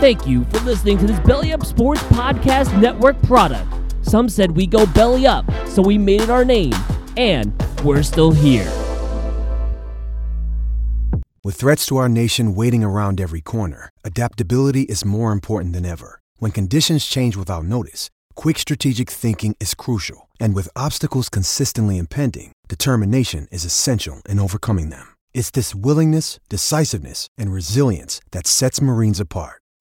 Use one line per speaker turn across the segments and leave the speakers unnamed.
Thank you for listening to this Belly Up Sports Podcast Network product. Some said we go belly up, so we made it our name, and we're still here.
With threats to our nation waiting around every corner, adaptability is more important than ever. When conditions change without notice, quick strategic thinking is crucial, and with obstacles consistently impending, determination is essential in overcoming them. It's this willingness, decisiveness, and resilience that sets Marines apart.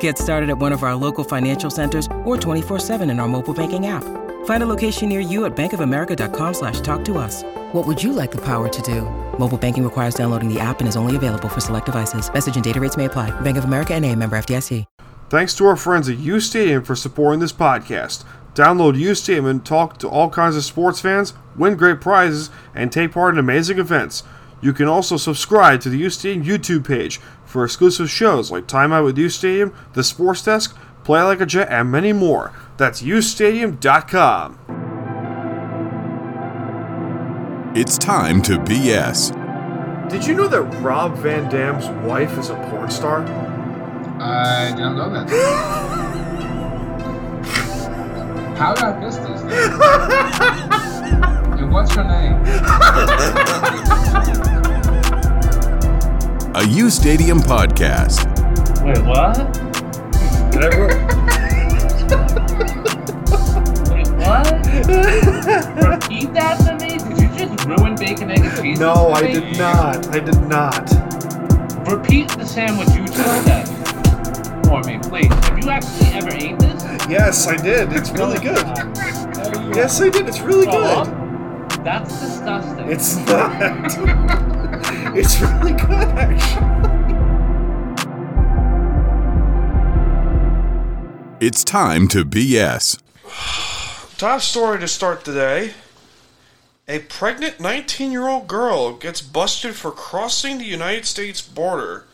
Get started at one of our local financial centers or 24-7 in our mobile banking app. Find a location near you at bankofamerica.com slash talk to us. What would you like the power to do? Mobile banking requires downloading the app and is only available for select devices. Message and data rates may apply. Bank of America and a member FDIC.
Thanks to our friends at U Stadium for supporting this podcast. Download U Stadium and talk to all kinds of sports fans, win great prizes, and take part in amazing events. You can also subscribe to the U Stadium YouTube page for exclusive shows like Time Out with U Stadium, The Sports Desk, Play Like a Jet, and many more. That's ustadium.com.
It's time to BS.
Did you know that Rob Van Dam's wife is a porn star?
I don't know that. How did I miss this? Thing? and what's her name?
A U Stadium podcast.
Wait, what? Did I re- Wait, what? Repeat that to me? Did you just ruin bacon, egg, and cheese?
No,
for
I
me?
did not. I did not.
Repeat the sandwich you just said for me, please. Have you actually ever ate this?
Yes, I did. It's really good.
There you
Yes, I did. It's really
go.
good.
Up. That's disgusting.
It's not. it's really good, actually.
It's time to BS.
Top story to start today. A pregnant 19 year old girl gets busted for crossing the United States border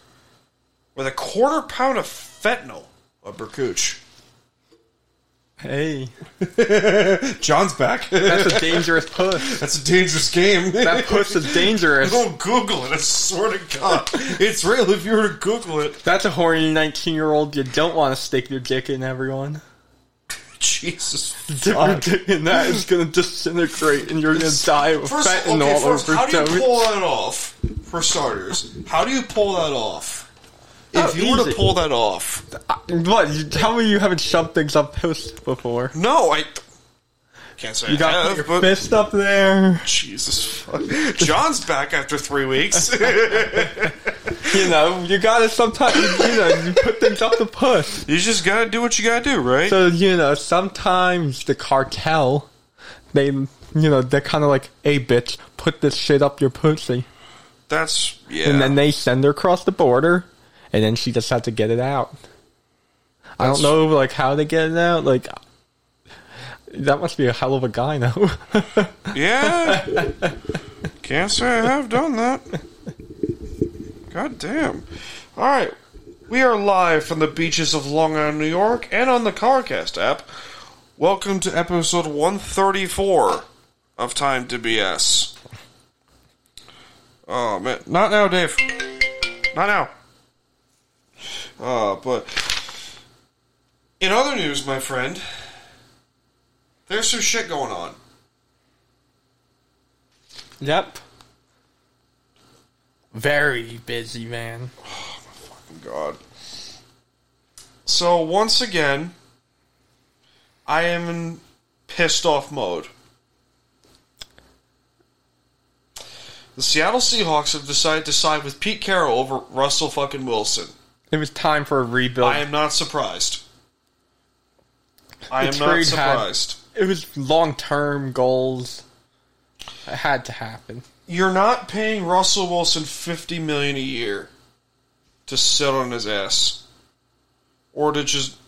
with a quarter pound of fentanyl. A Berkuch.
Hey,
John's back.
that's a dangerous puss.
That's a dangerous game.
That puss is dangerous.
Don't Google it. I swear to God. It's real if you were to Google it.
That's a horny 19 year old you don't want to stick your dick in, everyone.
Jesus
Dip your dick in that, it's gonna disintegrate and you're gonna die of
First,
fentanyl
okay, first, how do you
overdose.
pull that off? For starters, how do you pull that off? If
Oh,
you were to
easy.
pull that off,
What? You, tell me you haven't shoved things up puss before.
no, I can't say.
You
I
got
have,
your
but-
fist up there.
Jesus, fuck. John's back after three weeks.
You know, you gotta sometimes, you know, you put things up the puss.
you just gotta do what you gotta do, right?
So, you know, sometimes the cartel, they, you know, they're kind of like, hey bitch, put this shit up your pussy.
That's yeah.
and then they send her across the border, and then she just had to get it out. I don't know, like how they get it out. Like that must be a hell of a guy now.
yeah, can't say I have done that. God damn! All right, we are live from the beaches of Long Island, New York, and on the CarCast app. Welcome to episode 134 of Time to BS. Oh man, not now, Dave. Not now. Uh, but in other news, my friend, there's some shit going on.
yep. Very busy man.
God. So once again, I am in pissed off mode. The Seattle Seahawks have decided to side with Pete Carroll over Russell fucking Wilson.
It was time for a rebuild.
I am not surprised. I
The
am not
trade had-
surprised.
it was long term goals. It had to happen.
You're not paying Russell Wilson 50 million a year to sit on his ass or to just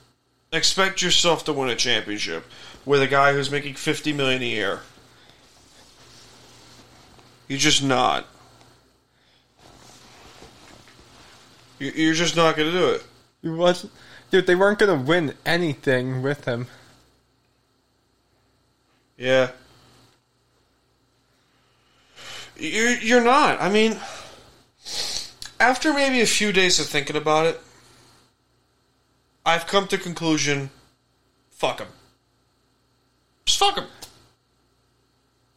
expect yourself to win a championship with a guy who's making fifty million a year. You're just not. You- You're just not going to do it.
He wasn't, dude. They weren't gonna win anything with him.
Yeah. You're you're not. I mean, after maybe a few days of thinking about it, I've come to conclusion: fuck him. Just fuck him.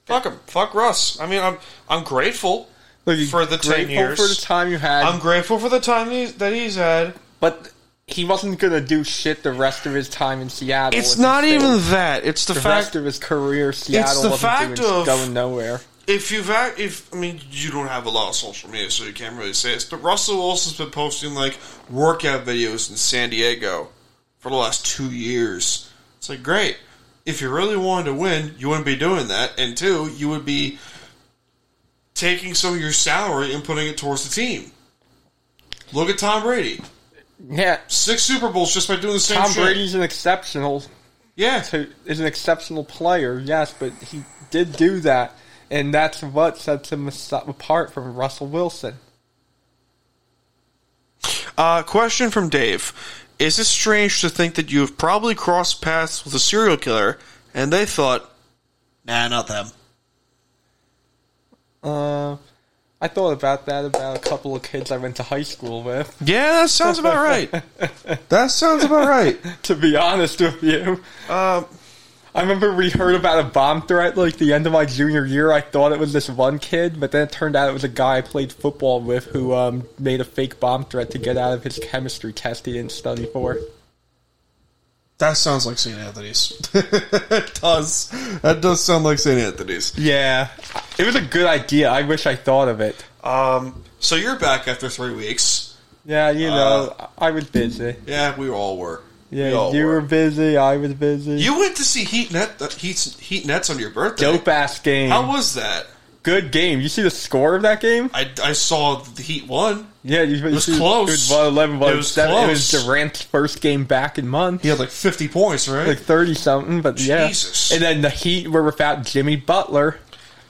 Fuck him. Fuck Russ. I mean, I'm I'm grateful.
Like, you're
For the 10
grateful
years.
for the time you had,
I'm grateful for the time he's, that he's had.
but he wasn't gonna do shit the rest of his time in Seattle.
It's
if he
not
stayed.
even that. It's the,
the
fact
rest of his career. Seattle
the
wasn't
fact
doing,
of-
going nowhere.
if you've act, if I mean you don't have a lot of social media, so you can't really say this. But Russell Wilson's been posting like workout videos in San Diego for the last two years. It's like great. If you really wanted to win, you wouldn't be doing that, and two, you would be taking some of your salary and putting it towards the team. Look at Tom Brady,
Yeah,
six Super Bowls just by doing the same
Tom
shit.
Brady's an exceptional
yeah,
to, is an exceptional player, yes, but he did do that, and that's what sets him as- apart from Russell Wilson.
Uh, question from Dave. Is it strange to think that you have probably crossed paths with a serial killer and they thought, nah, not them?
Uh, I thought about that about a couple of kids I went to high school with.
Yeah, that sounds about right. that sounds about right.
To be honest with you,
Uh,
I remember we heard about a bomb threat like the end of my junior year. I thought it was this one kid, but then it turned out it was a guy I played football with who um, made a fake bomb threat to get out of his chemistry test he didn't study for.
That sounds like St. Anthony's. it does. That does sound like St. Anthony's.
Yeah, it was a good idea. I wish I thought of it.
Um, so you're back after three weeks.
Yeah, you know, I was busy.
Yeah, we all were. Uh, we
Yeah,
all
you were busy. I was busy.
You went to see Heat Net, uh, Heat, Heat Nets on your birthday.
dope ass game.
How was that?
good game. You see the score of that game?
I, I saw the Heat won.
Yeah, you, you
was
see,
close.
It was 111,
It was
107. It was
close.
Durant's first game back in months.
He had like 50 points, right?
like thirty something, but
Jesus.
yeah. And then the Heat were without Jimmy Butler,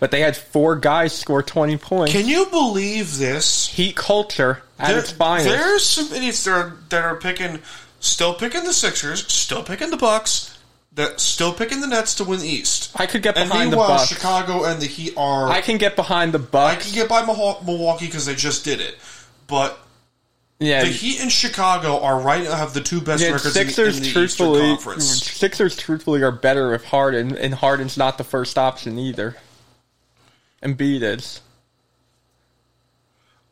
but they had four guys score twenty points.
Can you believe this?
Heat culture at
There-
its finest.
There's some idiots that are, that are picking, still picking the Sixers, still picking the Bucks, that still picking the Nets to win the East.
I could get
And
behind the
meanwhile,
Bucks.
uh, Chicago and the Heat are.
I can get behind the
I
Bucks.
can get by Maho- Milwaukee because they just did it, but
yeah,
the Heat and Chicago are right have the two best
Yeah,
records in, the-
Sixers
in the Eastern
truthfully,
Conference.
Sixers truthfully are better with Harden, and Harden's not the first option either. Embiid is.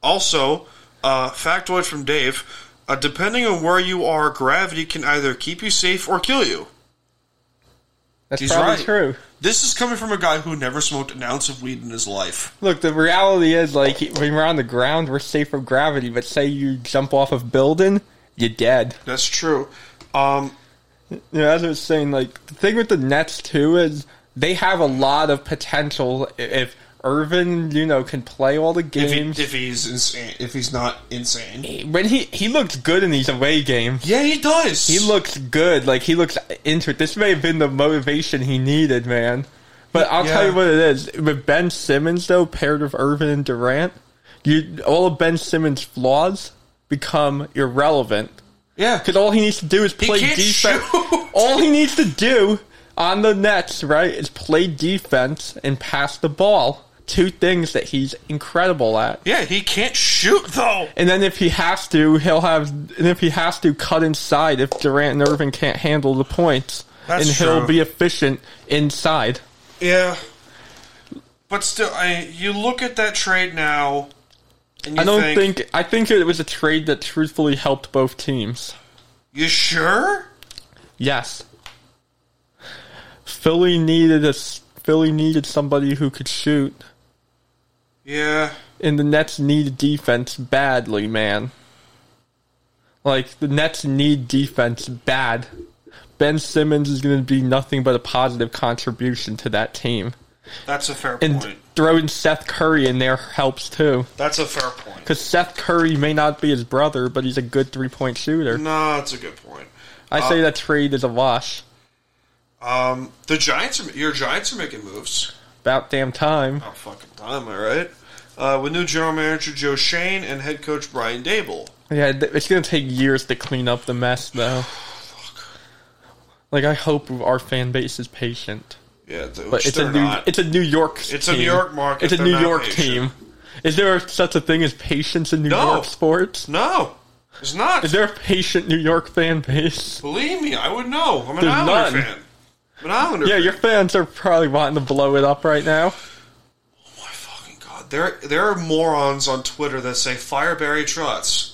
Also, uh, factoid from Dave: uh, depending on where you are, gravity can either keep you safe or kill you.
That's
He's
probably
right.
true.
This is coming from a guy who never smoked an ounce of weed in his life.
Look, the reality is like when we're on the ground, we're safe from gravity. But say you jump off of building, you're dead.
That's true. Um,
You know, as I was saying, like the thing with the Nets too is they have a lot of potential i- if Irvin, you know, can play all the
if, he,
games.
if he's insane, if he's not insane,
when he he looked good in these away games.
yeah, he does.
He looks good. Like he looks into it. This may have been the motivation he needed, man. But I'll tell
Yeah.
you what it is. With Ben Simmons though, paired with Irvin and Durant, you all of Ben Simmons' flaws become irrelevant
yeah.
because all he needs to do is play
can't
defense.
shoot.
All he needs to do on the Nets, right, is play defense and pass the ball. Two things that he's incredible at.
Yeah, he can't shoot though.
And then if he has to, he'll have. And if he has to, cut inside if Durant and Irving can't handle the points,
That's
and he'll
true.
be efficient inside.
Yeah, but still, I you look at that trade now. And you
I don't
think,
think, I think it was a trade that truthfully helped both teams.
you sure.
Yes, Philly needed a s- Philly needed somebody who could shoot,
Yeah,
and the Nets needed defense badly, man. Like the Nets need defense bad. Ben Simmons is going to be nothing but a positive contribution to that team.
that's a fair
And
point.
throwing Seth Curry in there helps too.
That's a fair point.
Because Seth Curry may not be his brother, but he's a good three point shooter.
No, that's a good point.
I say that trade is a wash.
Um, the Giants are your Giants are making moves.
About damn time.
About fucking time, all right. Uh, with new general manager Joe Shane and head coach Brian Dable.
Yeah, th- it's gonna take years to clean up the mess, though. Like I hope our fan base is patient,
Yeah, th-
but
which
it's
they're
a new
not.
it's a New York
It's a
team.
New York market,
It's a
they're
New
not
York
patient.
team. Is there such a thing as patience in New
No.
York sports?
no, it's not.
Is there a patient New York fan base?
Believe me, I would know. I'm an
There's
Islander
none.
fan. I'm an Islander.
Yeah,
fan.
your fans are probably wanting to blow it up right now.
Oh my fucking god! There, there are morons on Twitter that say fire Barry Trotz.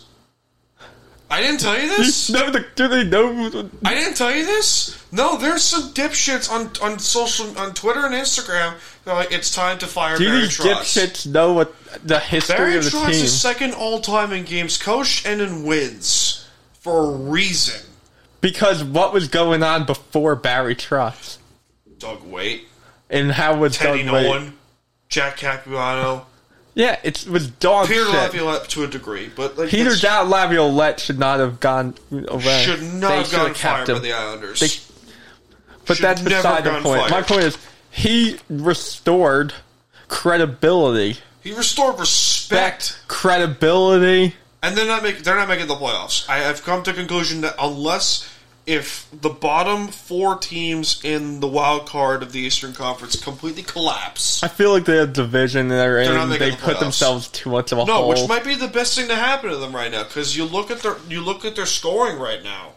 I didn't tell you
You
this.
know the, do they know?
I didn't tell you this. No, there's some dipshits on on social on Twitter and Instagram. They're like, it's time to fire
Do
Barry
these
Trotz.
dipshits know what the history
Barry
of the
Trotz
team?
is second all time in games coached and in wins for a reason.
Because what was going on before Barry Trotz
Doug Waite,
and how was
Teddy
done right-
Nolan, Jack Capuano,
Yeah, it was dog
Peter
Oh, shit.
Laviolette to a degree, but like
Peter
that's-
Dow Laviolette should not have gone away.
should not
They
have
should
gotten
kept
fired by
him.
the Islanders.
They- but
should
that's
never
beside the
gotten
point.
fired.
My point is, he restored credibility.
he restored respect,
Backed credibility.
and they're not making they're not making the playoffs. I have come to a conclusion that unless if the bottom four teams in the wild card of the Eastern Conference completely collapse,
I feel like the division they're
They're not
in,
making
they
the
put
playoffs.
themselves too much of a
no,
hole.
which might be the best thing to happen to them right now because you look at their you look at their scoring right now.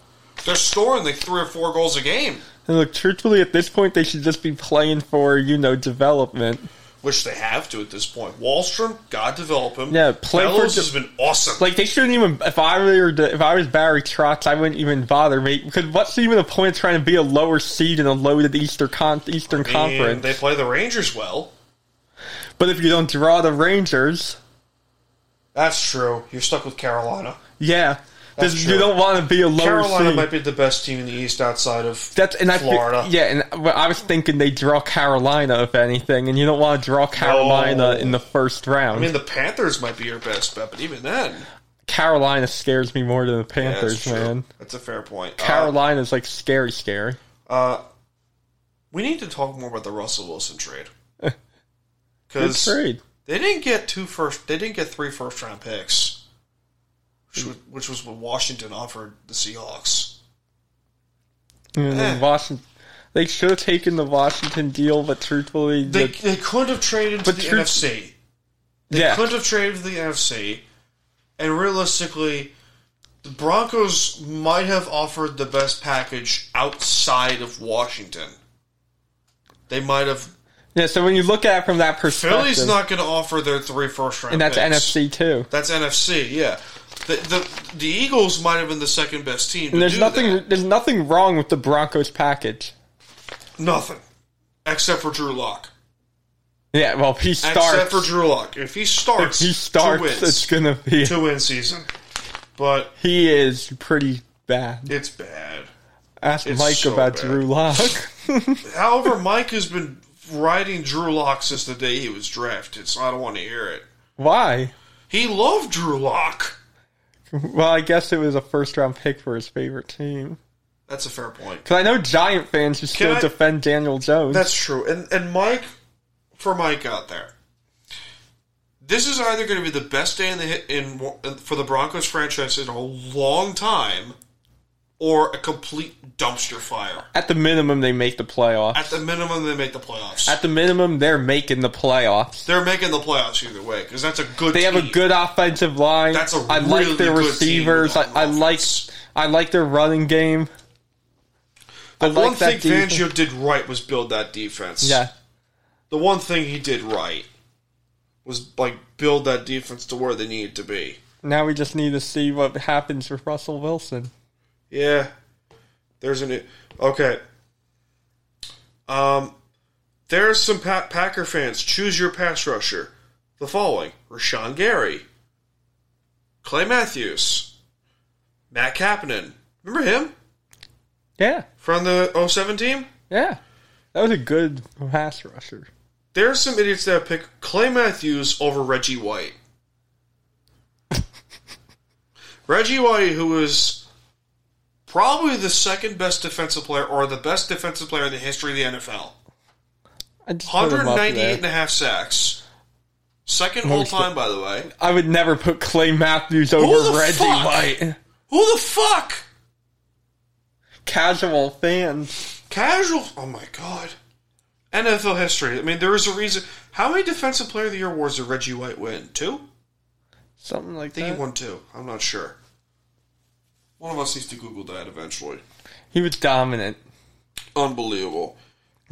They're scoring like three or four goals a game,
And look, truthfully, at this point, they should just be playing for you know development.
which they have to at this point. Wallstrom, God develop him.
Yeah, play for
Bellows
de-
has been awesome.
Like they shouldn't even. If I were to- if I was Barry Trotz, I wouldn't even bother, mate. Because what's even the point of trying to be a lower seed in a loaded Eastern Con- Eastern
I mean,
Conference?
They play the Rangers well.
but if you don't draw the Rangers,
That's true. You're stuck with Carolina.
yeah,
That's
this-
true.
you don't want to be a lower
Carolina
seed.
might be the best team in the East outside of
That's and I feel-
Florida.
yeah, and well, I was thinking they draw Carolina if anything, and you don't want to draw Carolina in the first round.
I mean, the Panthers might be your best bet, but even then,
Carolina scares me more than the
Yeah, that's
Panthers,
true.
man.
That's a fair point. Uh,
Carolina's like scary, scary.
uh, we need to talk more about the Russell Wilson trade
Good
because
trade.
they didn't get two first. They didn't get three first round picks, which was, which was what Washington offered the Seahawks.
And then
Eh.
Washington, they should have taken the Washington deal, but truthfully,
They,
the-
they could have traded to
But
the
true-
NFC. They
yeah,
could have traded to the NFC, and realistically, the Broncos might have offered the best package outside of Washington. They might have.
yeah. So when you look at it from that perspective,
Philly's not going to offer their three first round,
and that's
picks.
NFC too.
That's NFC, yeah. The, the the Eagles might have been the second best team. To
And there's
do
nothing,
that.
there's nothing wrong with the Broncos package.
nothing, except for Drew Lock.
Yeah, well, if he
Except
starts.
for Drew Lock. If he
if
starts,
he starts,
two wins,
it's gonna be.
two win season. But
He is pretty bad.
it's bad.
Ask
It's
Mike
so
about
bad.
Drew Lock.
However, Mike has been riding Drew Lock since the day he was drafted, so I don't want to hear it.
Why?
He loved Drew Lock.
Well, I guess it was a first round pick for his favorite team.
That's a fair point.
Because I know Giant fans who still
I-
defend Daniel Jones.
That's true. And and Mike, for Mike out there, this is either going to be the best day in the hit in for the Broncos franchise in a long time, or a complete dumpster fire.
At the minimum, they make the playoffs.
At the minimum, they make the playoffs.
At the minimum, they're making the playoffs.
They're making the playoffs either way because that's a good.
They have a
team.
good offensive line.
That's a
I like
really
their
good team
receivers. I,
with
I like
offense.
I like their running game. I
One
like
thing
that defense.
Fangio did right was build that defense.
Yeah,
the one thing he did right was like build that defense to where they needed to be.
now we just need to see what happens with Russell Wilson.
Yeah, there's an okay. Um, there's some pa- Packer fans. Choose your pass rusher. The following: Rashawn Gary, Clay Matthews, Matt Kapanen. Remember him
Yeah,
from the 07 team?
yeah, that was a good pass rusher.
There's some idiots that pick Clay Matthews over Reggie White. Reggie White, who was probably the second best defensive player or the best defensive player in the history of the NFL.
I just put him up
198
there.
and a half sacks. Second all
Most-
time, by the way.
I would never put Clay Matthews
Who
over
the
Reggie
fuck?
White.
Who the fuck?
Casual fans.
Casual. Oh my god. NFL history. I mean, there is a reason. How many Defensive Player of the Year awards did Reggie White win? Two?
Something like
I think
that.
he won two. I'm not sure. One of us needs to Google that eventually.
He was dominant.
Unbelievable.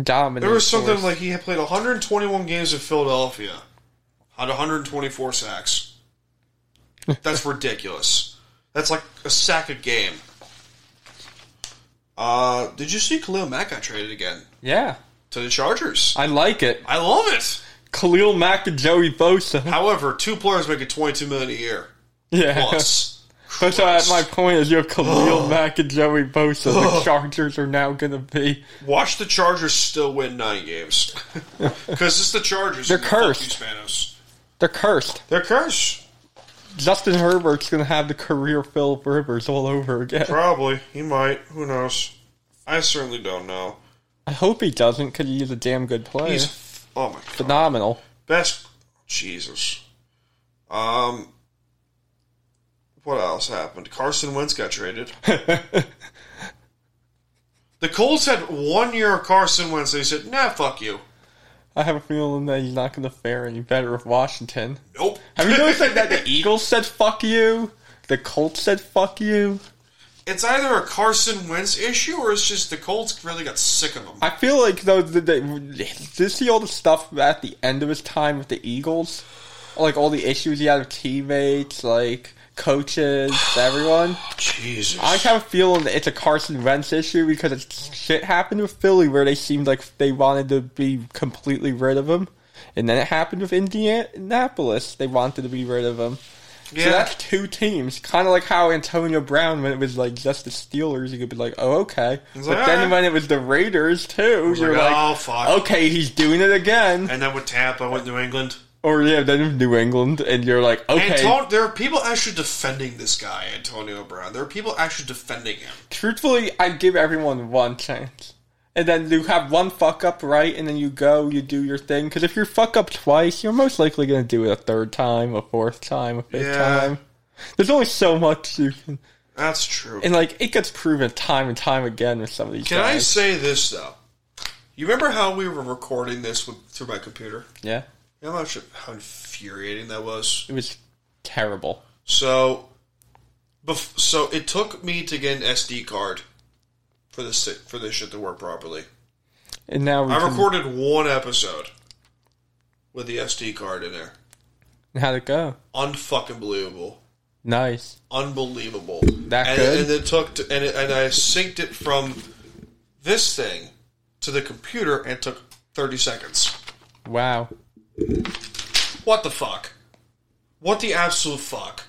Dominant.
There was
of
something
course.
like he had played 121 games in Philadelphia, had 124 sacks. That's ridiculous. That's like a sack a game. Uh, did you see Khalil Mack got traded again
Yeah.
to the Chargers?
I like it.
I love it.
Khalil Mack and Joey Bosa.
However, two players making 22 million a year
Yeah.
plus.
But so at my
Christ.
point is you have Khalil Mack and Joey Bosa. The Chargers are now going to be.
Watch the Chargers still win nine games because it's the Chargers.
They're
and fuck you,
cursed.
Spanos.
They're cursed.
They're cursed.
Justin Herbert's going to have the career Philip Rivers all over again.
Probably. He might. Who knows? I certainly don't know.
I hope he doesn't because he's a damn good player.
He's f- oh my god.
phenomenal.
Best Jesus. Um what else happened? Carson Wentz got traded. the Colts had one year of Carson Wentz. They said, nah, fuck you.
I have a feeling that he's not going to fare any better with Washington.
Nope.
Have you noticed like, that the Eagles said fuck you? The Colts said fuck you?
It's either a Carson Wentz issue or it's just the Colts really got sick of him.
I feel like though that they, did you see all the stuff at the end of his time with the Eagles, like all the issues he had with teammates, like coaches, everyone.
Jesus.
I have a feeling that it's a Carson Wentz issue because it's shit happened with Philly where they seemed like they wanted to be completely rid of him, and then it happened with Indianapolis. They wanted to be rid of him. So that's two teams, kind of like how Antonio Brown, when it was like just the Steelers, you could be like, "Oh, okay,"
He's
but
like,
then
"Alright."
when it was the Raiders too,
was
you're
like,
like,
"Oh, fuck."
okay, he's doing it again."
and then with Tampa, with New England.
Or yeah, then with New England, and you're like, okay.
Anton- there are people actually defending this guy, Antonio Brown. There are people actually defending him.
truthfully, I give everyone one chance, and then you have one fuck up right, and then you go, you do your thing. Because if you fuck up twice, you're most likely gonna do it a third time, a fourth time, a fifth
Yeah.
time. There's only so much you can.
That's true.
And like it gets proven time and time again with some of these
Can I
guys.
say this though? You remember how we were recording this with, through my computer?
yeah,
You know how, much- how infuriating that was.
it was terrible.
So, bef- so it took me to get an SD card for this si- for this shit to work properly.
And now we
I
can,
recorded one episode with the SD card in there.
how'd it go?
Unfucking believable.
Nice.
unbelievable.
That
and,
good?
And it took to, and it, and I synced it from this thing to the computer and it took thirty seconds.
Wow.
What the fuck? What the absolute fuck?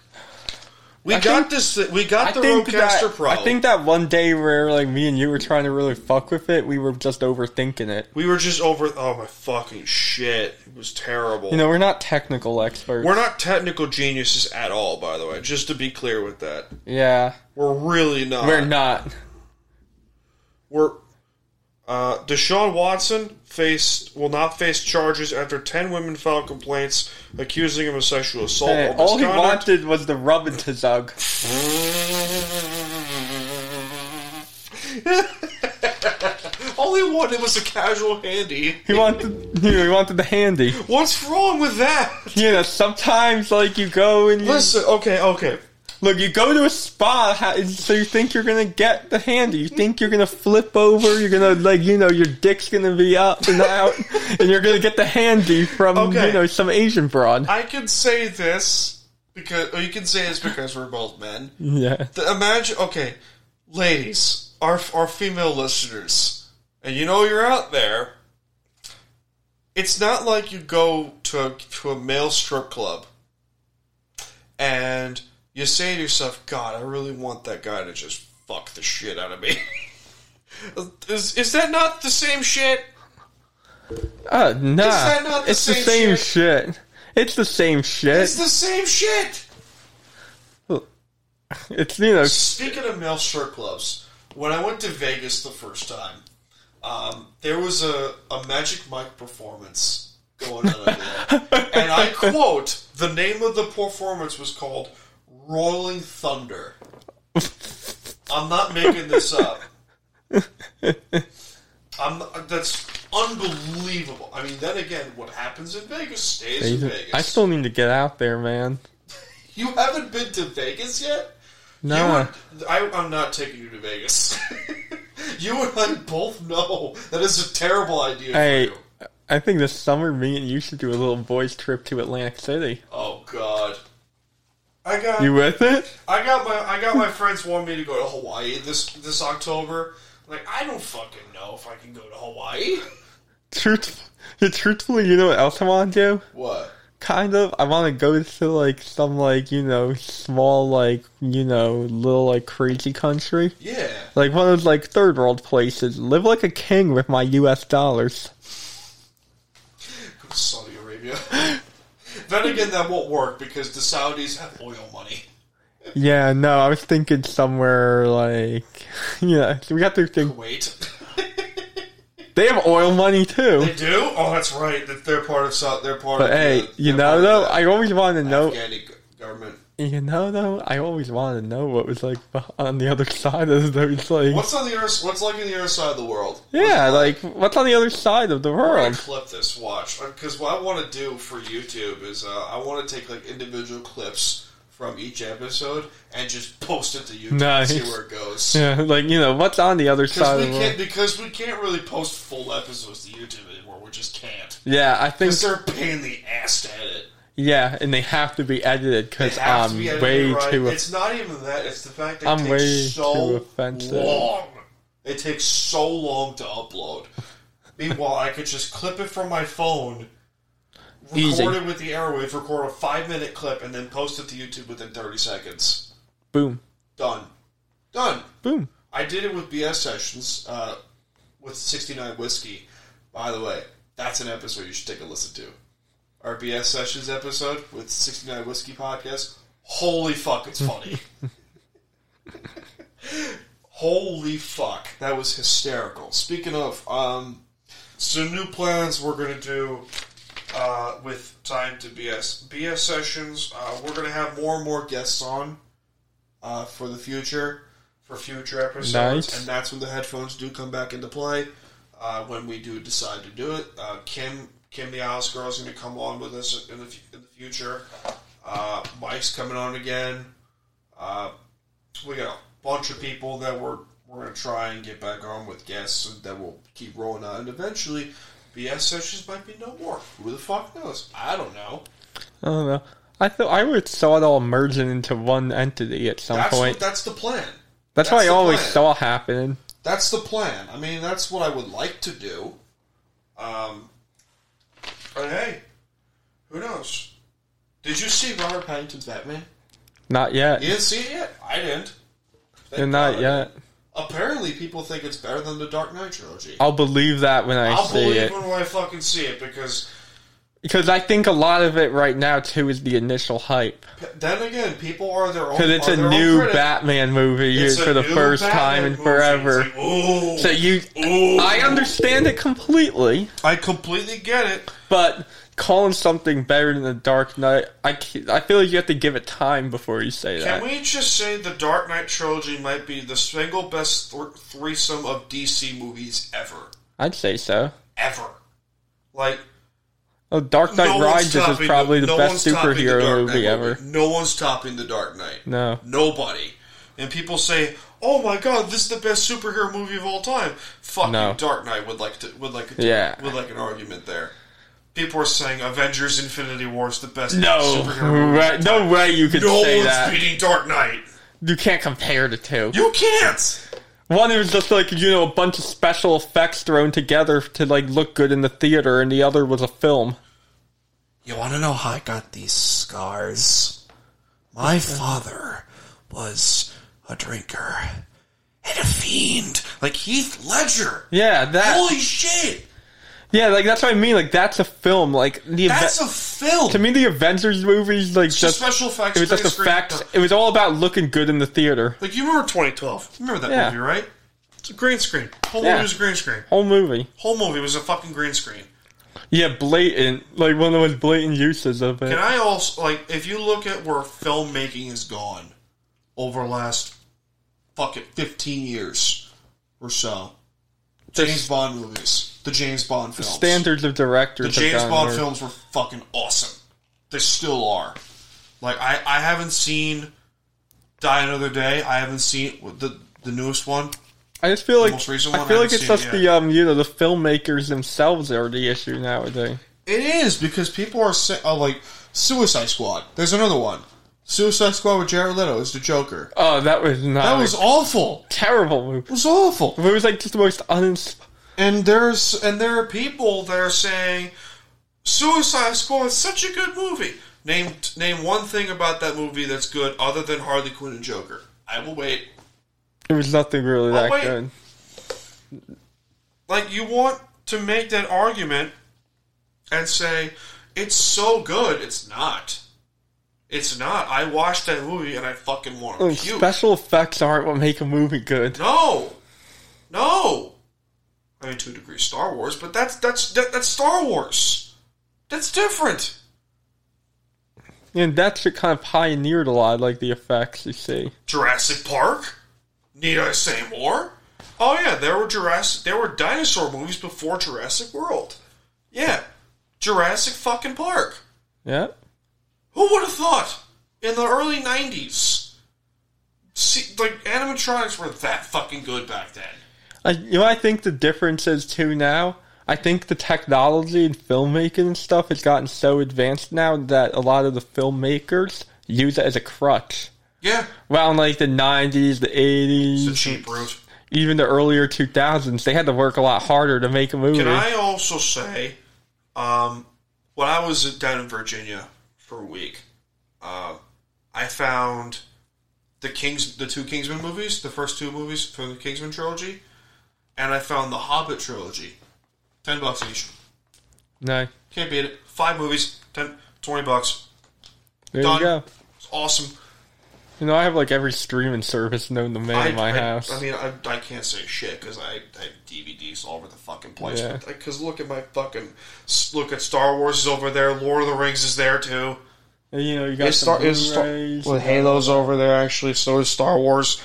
We
I
got
think-
this. thi- We got
I
the
think,
Rodecaster
that,
Pro.
I think that one day where like me and you were trying to really fuck with it, we were just overthinking it.
we were just over. Oh my fucking shit! It was terrible.
You know, we're not technical experts.
we're not technical geniuses at all, by the way. Just to be clear with that,
Yeah,
we're really not.
we're not.
We're uh, Deshaun Watson faced will not face charges after ten women filed complaints accusing him of sexual assault.
Hey,
or
all he
misconduct.
wanted was the rub and to zug.
all he wanted was a casual handy.
He wanted, you know, he wanted the handy.
What's wrong with that?
You know, sometimes like you go and you
Listen, okay, okay.
Look, you go to a spa, ha- so you think you're gonna get the handy. You think you're gonna flip over. You're gonna like, you know, your dick's gonna be up and out, and you're gonna get the handy from
Okay.
you know some Asian broad.
I can say this because or you can say this because we're both men.
yeah,
The- imagine, okay, ladies, our our female listeners, and you know you're out there. It's not like you go to a, to a male strip club and you say to yourself, "God, I really want that guy to just fuck the shit out of me." is is that not the same shit?
uh, nah,
that not the
it's the
same
same
shit?
shit? It's the same shit.
It's
It's,
the same shit.
you know,
Speaking of male strip clubs, when I went to Vegas the first time, um, there was a, a Magic Mike performance going on over there. And I quote, the name of the performance was called Rolling Thunder. I'm not making this up. I'm, that's unbelievable. I mean, then again, what happens in Vegas stays in Vegas.
I still need to get out there, man.
You haven't been to Vegas yet?
No.
You would, I, I'm not taking you to Vegas. you and I both know that is a terrible idea
Hey,
for you.
I think this summer, me and you should do a little boys' trip to Atlantic City.
Oh God. I got
You with it?
I got my I got my friends want me to go to Hawaii this this October. Like I don't fucking know if I can go to Hawaii.
Truth, yeah, truthfully, you know what else I want to do?
What?
Kind of. I want to go to like some like you know small like you know little like crazy country,
Yeah.
like one of those like third world places. Live like a king with my U.S. dollars.
Go to Saudi Arabia. then again, that won't work because the Saudis have oil money.
Yeah, no, I was thinking somewhere like yeah, we got to think
Wait.
they have oil money too.
They do? Oh, that's right. That they're part of South. They're part
But
of.
hey,
the,
you
they're
know
part
though,
of
I always wanted to
the
know.
Afghani go- government.
You know though, I always wanted to know what was like on the other side of those like.
What's on the other? What's like in the other side of the world?
Yeah, like what's on the other side of the
We're gonna
world?
clip this watch because what I want to do for YouTube is uh, I want to take like individual clips from each episode and just post it to YouTube
Nice.
and see where it goes.
Yeah, like you know, what's on the other
Because
side
we
of the
can't
world?
because we can't really post full episodes to YouTube anymore. We just can't.
Yeah, I think
Because they're a pain in the ass to edit.
yeah, and they have to be edited
They
because
have to
I'm
be edited
way
right.
too.
It's not even that. It's the fact that it
I'm
takes
way
so
too offensive.
long. It takes so long to upload. Meanwhile, I could just clip it from my phone, record
Easy.
it with the airwave, record a five minute clip, and then post it to YouTube within thirty seconds.
boom,
Done. Done.
boom.
I did it with BS sessions uh, with 69 Whiskey. By the way, that's an episode you should take a listen to. Our BS sessions episode with 69 Whiskey podcast. Holy fuck, it's funny. Holy fuck, that was hysterical. Speaking of, um, some new plans we're going to do uh, with Time to BS. BS sessions, uh, we're going to have more and more guests on uh, for the future, for future episodes,
Nice.
and that's when the headphones do come back into play. Uh, when we do decide to do it, uh, Kim Kim the Alice Girl is going to come on with us in the, fu- in the future. Uh, Mike's coming on again. Uh, we got a bunch of people that we're we're gonna try and get back on with guests and that will keep rolling out, and eventually, BS sessions might be no more. Who the fuck knows? I don't know.
I don't know. I thought I would saw it all merging into one entity at some
That's
point.
what, that's the plan. that's
that's, what I
the
always
plan.
saw happening.
That's the plan. I mean, that's what I would like to do. Um, but hey, who knows? Did you see Robert Pattinson's Batman?
Not yet.
You didn't see it yet. I didn't.
and not yet.
Apparently, people think it's better than the Dark Knight trilogy.
I'll believe that when I
I'll
see
believe
it.
when I fucking see it because
Because I think a lot of it right now too is the initial hype.
p- then again, people are their own.
Because it's
are
a
their own
new
critic.
Batman movie
It's
for
a
the
new
first
Batman
time in
movie.
forever.
It's like, ooh,
so you,
ooh.
I understand it completely,
I completely get it.
but calling something better than the Dark Knight, I ca- I feel like you have to give it time before you say
Can
that.
we just say the Dark Knight trilogy might be the single best thr threesome of DC movies ever,
I'd say so.
ever? Like
Oh, Dark Knight
no one's
Rises is
topping
probably the
no
best
one's topping the
superhero
Dark Knight
movie ever.
No one's topping the Dark Knight.
No,
Nobody. And people say, "Oh my God, this is the best superhero movie of all time." Fucking
No.
Dark Knight would like to would like a,
Yeah.
would like an argument there. People are saying Avengers: Infinity War is the best
no,
superhero movie.
way- no way you could
No
say
one's
that.
beating Dark Knight.
You can't compare the two.
You can't.
One was just like you know a bunch of special effects thrown together to like look good in the theater, and the other was a film.
You want to know how I got these scars? My father was a drinker and a fiend, like Heath Ledger.
Yeah, that.
Holy shit!
yeah, like that's what I mean. Like that's a film. Like the
That's
Aven-
a film.
to me the Avengers movies like
It's just
just
special effects.
it was just
green
a
screen.
fact. It was all about looking good in the theater.
Like you remember 2012? You remember that
Yeah.
movie, right? It's a green screen. Whole
Yeah.
movie was a green screen.
Whole movie.
Whole movie was a fucking green screen.
Yeah, blatant. Like one of those blatant uses of it.
Can I also like if you look at where filmmaking has gone over the last fuck it, fifteen years or so? James Bond movies, the James Bond
the
films,
standards of
the
directors. have
James
gotten
Bond
worse.
films were fucking awesome. They still are. Like I, I haven't seen Die Another Day. I haven't seen the the newest one.
I just feel like
most recent
I
one,
feel
I
like
haven't
it's
seen
just
it
the um you know the filmmakers themselves are the issue nowadays.
It is because people are sa- oh, like Suicide Squad. There's another one. Suicide Squad with Jared Leto is the Joker.
Oh, that was not
That was
a
awful.
terrible movie.
It was awful.
It was like just the most uninspired.
And there's and there are people that are saying Suicide Squad is such a good movie. Name name one thing about that movie that's good other than Harley Quinn and Joker. I will wait.
There was nothing really
Oh,
that
wait.
good.
Like you want to make that argument and say it's so good. It's not. It's not. I watched that movie and I fucking want to
Like,
puke.
special effects aren't what make a movie good.
No, no. I mean, to a degree, Star Wars, but that's that's that, that's Star Wars. That's different.
And that's what kind of pioneered a lot, like the effects you see.
Jurassic Park. Need I say more? Oh yeah, there were Jurassic. There were dinosaur movies before Jurassic World. Yeah, Jurassic fucking Park.
Yeah.
Who would have thought in the early '90s? See, like animatronics were that fucking good back then.
I, you know, what I think the difference is too now. I think the technology and filmmaking and stuff has gotten so advanced now that a lot of the filmmakers use it as a crutch.
Yeah,
Well, in like the '90s, the
it's a
'80s,
cheap route.
even the earlier 2000s, they had to work a lot harder to make a movie.
Can I also say, um, when I was down in Virginia for a week, uh, I found the Kings, the two Kingsman movies, the first two movies from the Kingsman trilogy, and I found the Hobbit trilogy. Ten bucks each.
No,
Can't beat it. Five movies, 10, 20 bucks.
there
Done.
you go.
It's awesome.
You know, I have like every streaming service known to man
I,
in my
I-
house.
I mean, I, I can't say shit because I, I have DVDs all over the fucking place.
Yeah.
Because look at my fucking look at Star Wars is over there. Lord of the Rings is there too.
And, you know, you got
It's
some
Star, it's Star,
Blu-rays.
well, Halo's over there actually. So is Star Wars.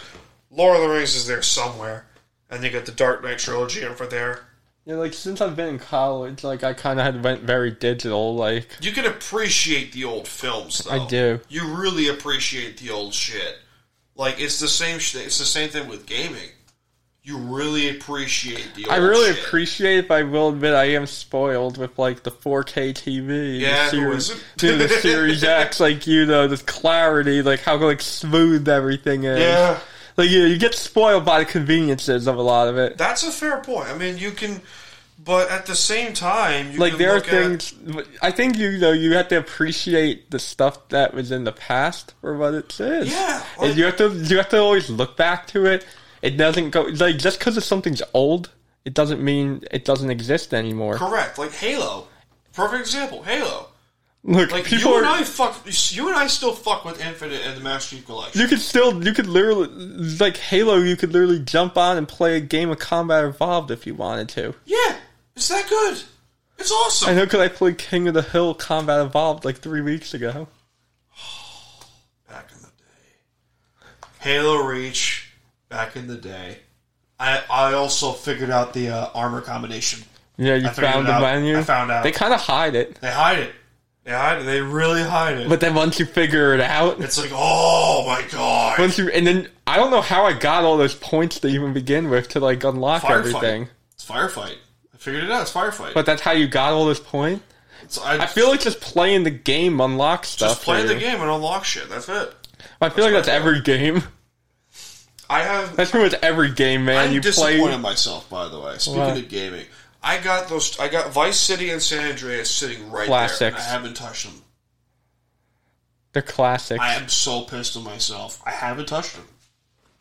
Lord of the Rings is there somewhere, and they got the Dark Knight trilogy over there.
Yeah, like since I've been in college, like I kind of had went very digital. Like
You can appreciate the old films, though.
I do.
You really appreciate the old shit. Like it's the same. Sh- it's the same thing with gaming. You really appreciate the. old
I really
shit.
appreciate it, but I will admit I am spoiled with like the 4K TV.
Yeah,
the
who
series,
isn't?
dude, the Series X, like you know, the clarity, like how like smooth everything is.
Yeah.
Like you, know, you get spoiled by the conveniences of a lot of it.
That's a fair point. I mean, you can, but at the same time, you
like
can
there are
look at-
things I think you know you have to appreciate the stuff that was in the past for what it is.
Yeah,
and
like-
you have to you have to always look back to it. It doesn't go like just because something's old, it doesn't mean it doesn't exist anymore.
correct, like Halo. Perfect example, Halo.
Look,
Like
people
you
are.
and I fuck, you and I still fuck with Infinite and the Master Chief Collection.
you could still, you could literally, like Halo, you could literally jump on and play a game of Combat Evolved if you wanted to.
yeah, it's that good. It's awesome.
I know because I played King of the Hill Combat Evolved like three weeks ago.
Back in the day, Halo Reach. Back in the day, I I also figured out the uh, armor combination.
Yeah, you
I figured
found
it
the
out.
menu.
I found out.
They kind of hide it.
They hide it. They hide it. They really hide it.
But then once you figure it out,
it's like, oh my god.
once you, and then I don't know how I got all those points to even begin with to like unlock
Firefight.
everything.
It's firefight. I figured it out. It's firefight.
But that's how you got all those points.
It's- I,
I feel like just playing the game unlocks stuff.
just play
for
the
you.
game and unlock shit. That's it.
I feel like
That's
that's
what I
every game.
I have.
That's pretty much every game, man.
I'm
you play.
disappointed in myself, by the way. Speaking
Why?
of gaming, I got those. I got Vice City and San Andreas sitting right there, and
Classics.
I haven't touched them.
They're classics.
I am so pissed at myself. I haven't touched them.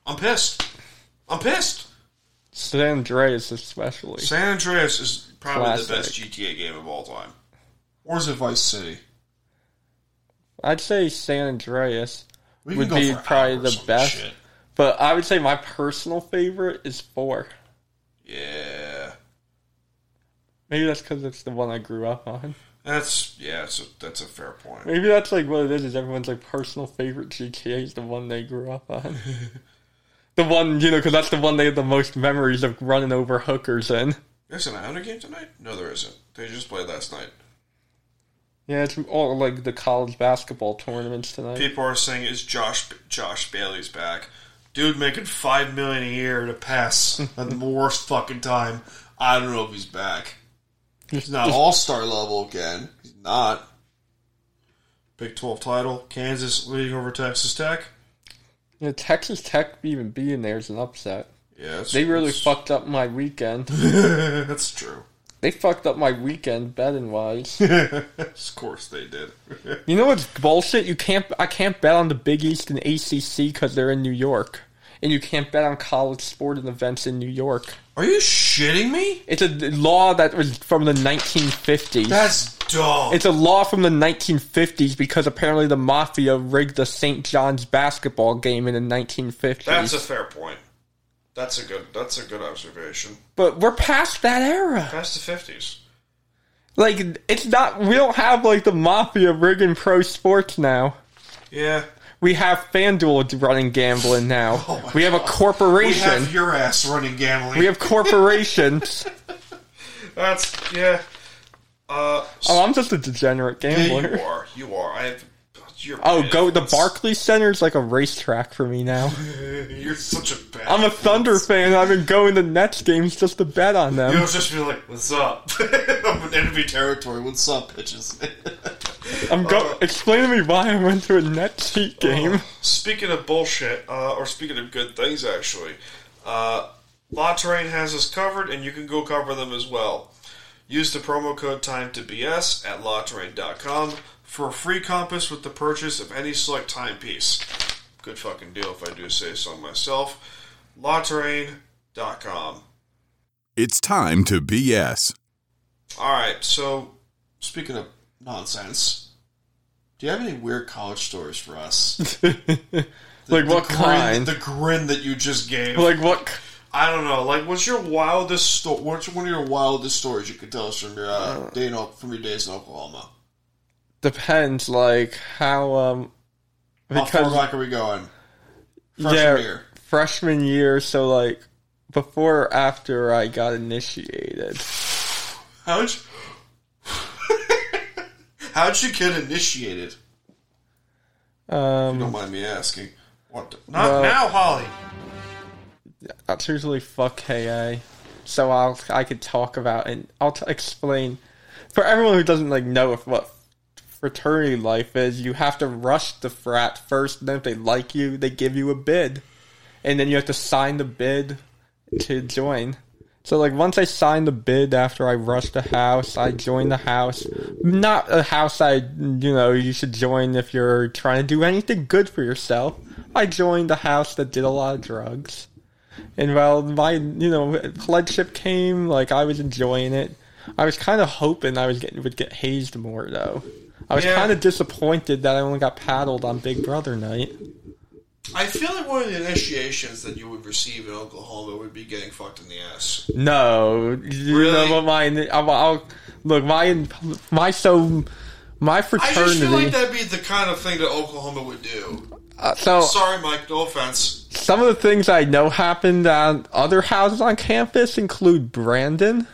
I'm pissed. I'm pissed.
San Andreas, especially.
San Andreas is probably the
Classic.
best GTA game of all time. Or is it Vice City?
I'd say San Andreas
We
would be probably
hours
the
on
best.
shit.
But I would say my personal favorite is four.
Yeah.
Maybe that's because it's the one I grew up on.
That's yeah. That's a, that's a fair point.
Maybe that's like what it is. Is everyone's like personal favorite GTA is the one they grew up on. the one you know because that's the one they have the most memories of running over hookers in.
There's an Iona game tonight? No, there isn't. They just played last night.
Yeah, it's all like the college basketball tournaments tonight.
People are saying is Josh Josh Bailey's back. Dude making five million a year to pass at the worst fucking time. I don't know if he's back. He's not all star level again. He's not. Big twelve title, Kansas leading over Texas Tech.
Yeah, Texas Tech even being there is an upset.
Yeah, that's,
They really
that's-
fucked up my weekend.
that's true.
They fucked up my weekend betting wise.
Of course they did.
you know what's bullshit? You can't. I can't bet on the Big East and ACC because they're in New York, and you can't bet on college sporting events in New York.
Are you shitting me?
It's a law that was from the 1950s.
That's dumb.
it's a law from the 1950s because apparently the mafia rigged the St. John's basketball game in the 1950s.
that's a fair point. That's a good. That's a good observation.
but we're past that era.
Past the fifties.
Like it's not. We don't have like the mafia rigging pro sports now.
Yeah.
We have FanDuel running gambling now. we have a corporation.
Oh We have your ass running gambling.
We have corporations.
That's yeah. Uh,
oh, I'm just a degenerate
yeah,
gambler.
you are. You are. I have. You're
Oh,
bad
go the
influence.
Barclays Center is like a racetrack for me now.
You're such a bad.
I'm a Thunder
influence.
fan. I've been going to Nets games just to bet on
You'll
them.
just be like, "What's up? I'm in enemy territory. What's up, bitches?"
I'm go.
uh,
Explain to me why I went to a Nets Heat game.
Speaking of bullshit, uh, or speaking of good things, actually, uh, La Terrain has us covered, and you can go cover them as well. Use the promo code time to BS at LaTerrain.com for a free compass with the purchase of any select timepiece. Good fucking deal, if I do say so myself. LaTerrain.com.
It's time to BS.
All right, so speaking of nonsense, do you have any weird college stories for us?
like what
grin,
kind?
The grin that you just gave.
like what?
I don't know. Like, what's your wildest story? What's one of your wildest stories you could tell us from your uh, day in, O- from your days in Oklahoma?
Depends. Like how? Um.
How far
Because
back are we going? Freshman
yeah,
year.
freshman year. So like before or after I got initiated.
How'd you, how'd you get initiated?
Um.
Don't mind me asking. What? The, not
Well-
now, Holly.
That's usually fuck KA. So I'll I could talk about and I'll t- explain for everyone who doesn't like know if what fraternity life is. You have to rush the frat first, and then if they like you, they give you a bid, and then you have to sign the bid to join. So like once I signed the bid after I rushed the house, I joined the house. Not a house I you know you should join if you're trying to do anything good for yourself. I joined the house that did a lot of drugs. And while my, you know, flagship came, like I was enjoying it. I was kind of hoping I was getting would get hazed more though. I was
Yeah.
kind of disappointed that I only got paddled on Big Brother night.
I feel like one of the initiations that you would receive in Oklahoma would be getting fucked in the ass.
No, you
Really?
know what my I'll, I'll look my my so my
I
fraternity.
just feel like that'd be the kind of thing that Oklahoma would do.
uh, so
Sorry, Mike. No offense.
some of the things I know happened on other houses on campus include Brandon.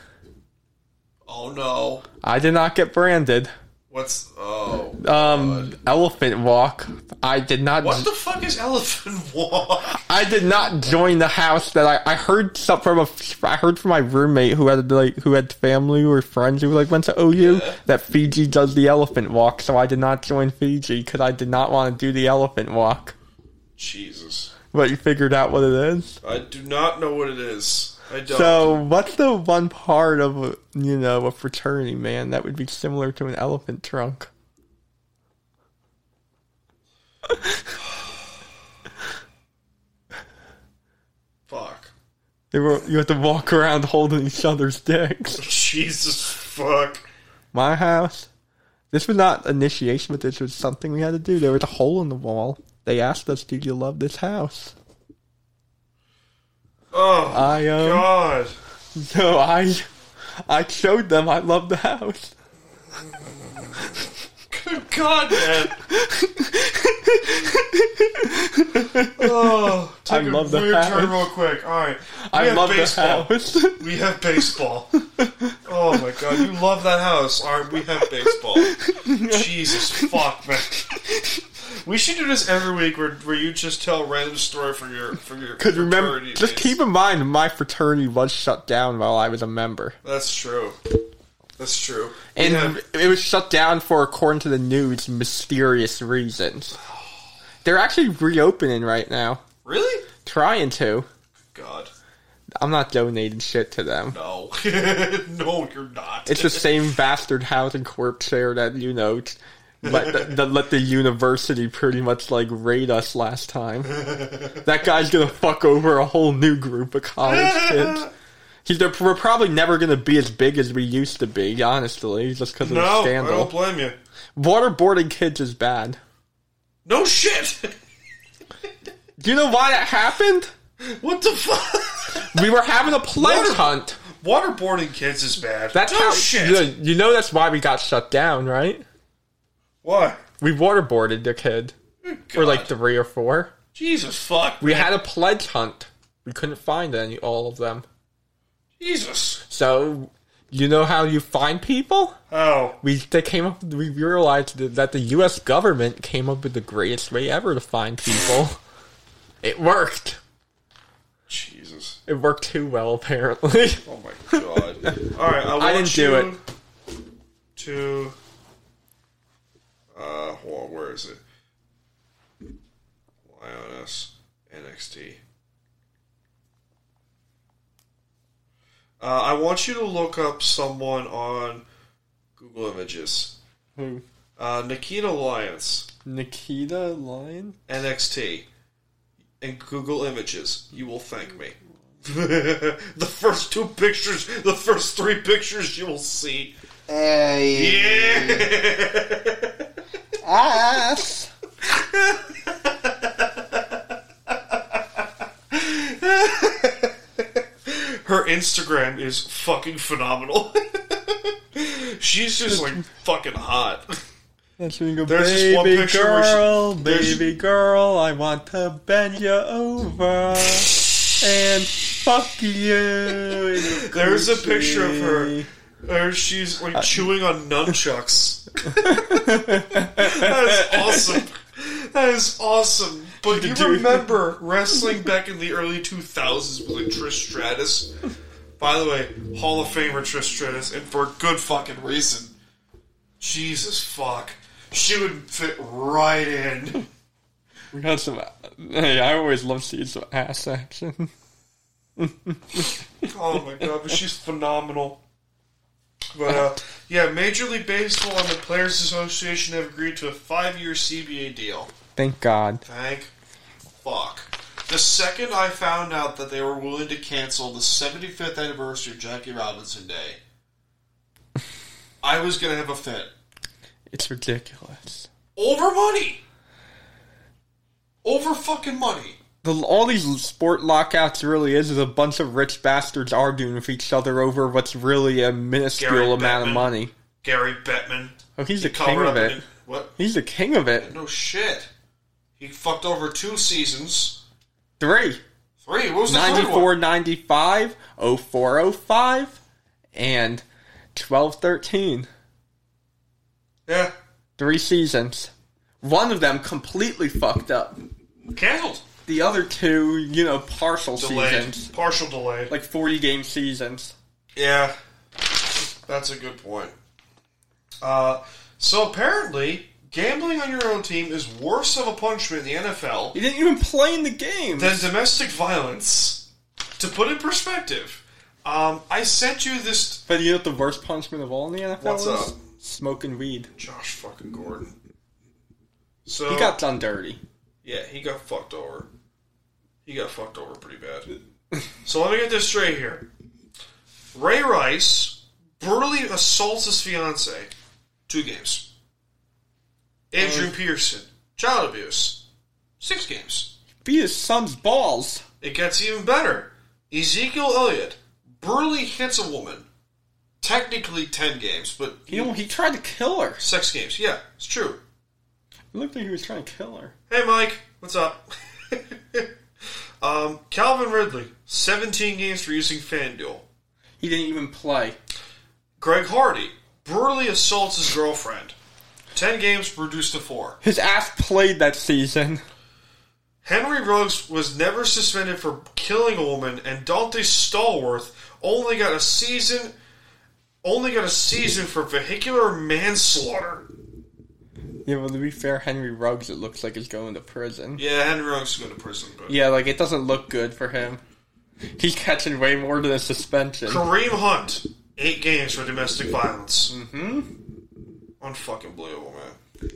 Oh no.
I did not get branded.
What's oh?
Um, elephant walk. I did not.
What the fuck is elephant walk?
I did not join the house that I, I heard some from a I heard from my roommate who had like who had family or friends who like went to OU that Fiji does the elephant walk, so I did not join Fiji because I did not want to do the elephant walk.
Jesus,
But you figured out what it is.
I do not know what it is. I don't.
So what's the one part of a, you know a fraternity man that would be similar to an elephant trunk?
fuck.
They were you have to walk around holding each other's dicks.
Jesus fuck.
my house. This was not initiation, but this was something we had to do. There was a hole in the wall. They asked us, "Do you love this house?"
Oh,
I, um,
God.
So I, I showed them I love the house.
Good God, man. oh, take
I love
a
the
weird
house.
turn real quick. All right. We
I
have
love
baseball.
the house.
We have baseball. oh my god, you love that house. All right, we have baseball. Jesus fuck, man. We should do this every week, where, where you just tell a random story from your from your.
Because remember,
fraternity
just
days.
keep in mind, my fraternity was shut down while I was a member,
That's true. That's true. We
and
have-
it was shut down for, according to the news, mysterious reasons. They're actually reopening right now,
really?
trying to.
God,
I'm not donating shit to them.
no, no, you're not.
It's the same bastard housing corp share that you know t- let the, that let the university pretty much like raid us last time. That guy's gonna fuck over a whole new group of college kids. He's they're, we're probably never gonna be as big as we used to be, honestly, just because of
no,
the
I don't
scandal.
blame you.
Waterboarding kids is bad.
No shit.
Do you know why that happened?
what the fuck?
We were having a pledge
Water-
hunt.
Waterboarding kids is bad.
That's
no
how
shit.
You, know, you know that's why we got shut down, right?
Why?
We waterboarded the kid.
God.
Or like three or four.
Jesus fuck.
We
man.
had a pledge hunt. We couldn't find any all of them.
Jesus.
So you know how you find people?
Oh.
We they came up. We realized that- that the U.S. government came up with the greatest way ever to find people. it worked.
Jesus.
It worked too well, apparently.
Oh my god. Alright, I, want
didn't do
you
it.
To uh hold on, where is it? Lioness NXT. Uh, I want you to look up someone on Google Images. Uh, Nikita Lyons,
Nikita Lion.
NXT, and Google Images. You will thank me. the first two pictures, the first three pictures you will see.
Ass.
Her Instagram is fucking phenomenal. She's just like fucking hot.
That's when you go,
There's
baby
this one picture where she-
girl,
there's-
baby girl, I want to bend you over and fuck you.
There's a picture of her. Or she's like chewing on nunchucks. that is awesome. That is awesome. But you remember wrestling back in the early 2000s with like Trish Stratus? By the way, Hall of Famer Trish Stratus, and for a good fucking reason. Jesus fuck. She would fit right in.
We got some. Hey, I always love seeing some ass action.
Oh my god, but she's phenomenal. But uh, yeah, Major League Baseball and the Players Association have agreed to a five-year CBA deal.
Thank God.
Thank fuck. The second I found out that they were willing to cancel the 75th anniversary of Jackie Robinson Day, I was gonna have a fit
It's ridiculous.
over money, over fucking money.
The, all these sport lockouts really is is a bunch of rich bastards arguing with each other over what's really a minuscule
Gary
amount
Bettman.
of money.
Gary Bettman,
Oh, he's
He
the
covered
king of
up
it.
in- What?
He's the king of it.
No shit. He fucked over two seasons.
Three.
Three. What was the third one?
94 95 04 05 and 12 13
Yeah,
three seasons one of them completely fucked up
canceled.
the other two you know partial
Delayed.
seasons
Partial delay.
like 40 game seasons
Yeah, that's a good point. Uh, so apparently, gambling on your own team is worse of a punishment in the NFL
he didn't even play in the game
than domestic violence. To put in perspective, um, I sent you this.
but you know what the worst punishment of all in the NFL
What's
was?
up?
smoking weed
Josh fucking Gordon. So
he got done dirty
yeah, he got fucked over. He got fucked over pretty bad. so let me get this straight here. Ray Rice brutally assaults his fiance. Two games. Andrew Pearson, child abuse. Six games.
beat his son's balls
It gets even better. Ezekiel Elliott brutally hits a woman. Technically ten games, but
He, he tried to kill her.
six games. Yeah, it's true.
It looked like he was trying to kill her.
Hey, Mike, what's up? um, Calvin Ridley, 17 games for using FanDuel.
He didn't even play.
Greg Hardy brutally assaults his girlfriend. 10 games reduced to 4.
His ass played that season.
Henry Ruggs was never suspended for killing a woman, and Dante Stallworth only got a season. Only got a season for vehicular manslaughter.
Yeah, well, to be fair, Henry Ruggs, it looks like, is going to prison.
Yeah, Henry Ruggs is going to prison, but
Yeah, like, it doesn't look good for him. He's catching way more than a suspension.
Kareem Hunt, eight games for domestic violence. Mm-hmm.
Hmm?
Unfucking believable, man.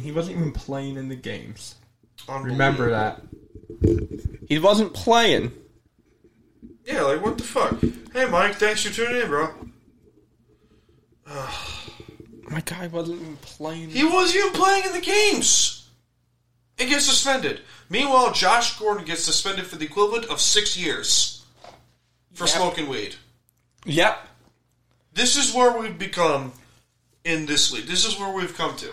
He wasn't even playing in the games.
Unbelievable.
that. He wasn't playing.
Yeah, like what the fuck? Hey, Mike, thanks for tuning in, bro.
My guy wasn't even playing.
He wasn't even playing in the games. And gets suspended. Meanwhile, Josh Gordon gets suspended for the equivalent of six years for smoking weed.
Yep.
This is where we've become in this league. This is where we've come to.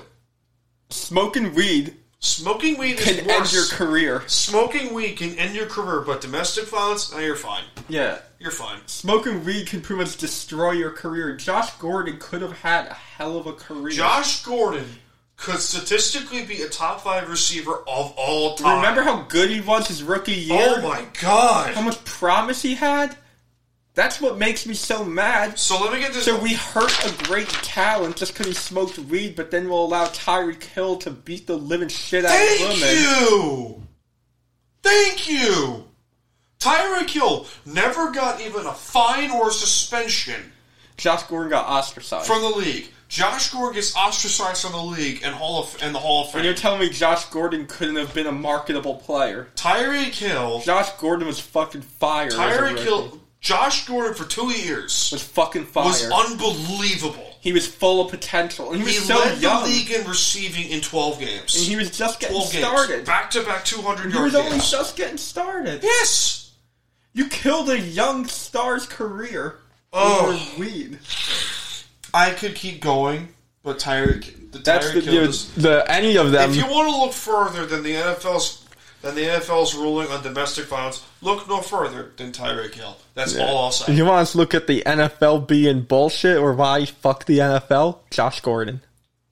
Smoking weed
Smoking weed is
can end
worse.
your career.
Smoking weed can end your career, but domestic violence, no, you're fine.
Yeah.
You're fine.
Smoking weed can pretty much destroy your career. Josh Gordon could have had a hell of a career.
Josh Gordon could statistically be a top five receiver of all time.
Oh. Remember how good he was his rookie year?
Oh my god!
How much promise he had? That's what makes me so mad.
So let me get this.
So we hurt a great talent just because he smoked weed, but then we'll allow Tyreek Hill to beat the living shit out
Thank
of women.
you. Thank you. Tyreek Hill never got even a fine or suspension
Josh Gordon got ostracized.
from the league. Josh Gore gets ostracized from the league and Hall of and the Hall of
when you're
Fame.
telling me Josh Gordon couldn't have been a marketable player,
Tyreek Hill.
Josh Gordon was fucking fired.
Tyreek
Hill
Hill. Josh Gordon for two years
was fucking fired.
was unbelievable.
he was full of potential, and he
He
was so
led
young,
the league in receiving in twelve games.
and he was just getting
twelve games,
started.
back to back two hundred
He
yard
was only
games.
just getting started.
Yes.
You killed a young star's career
Oh.
over weed.
I could keep going, but Tyreek the
That's the,
Tyreek Hill.
the,
Is,
any of them.
if you want to look further than the NFL's than the NFL's ruling on domestic violence, look no further than Tyreek Hill. That's all I'll say.
you want us to look at the NFL being bullshit or why fuck the NFL? Josh Gordon.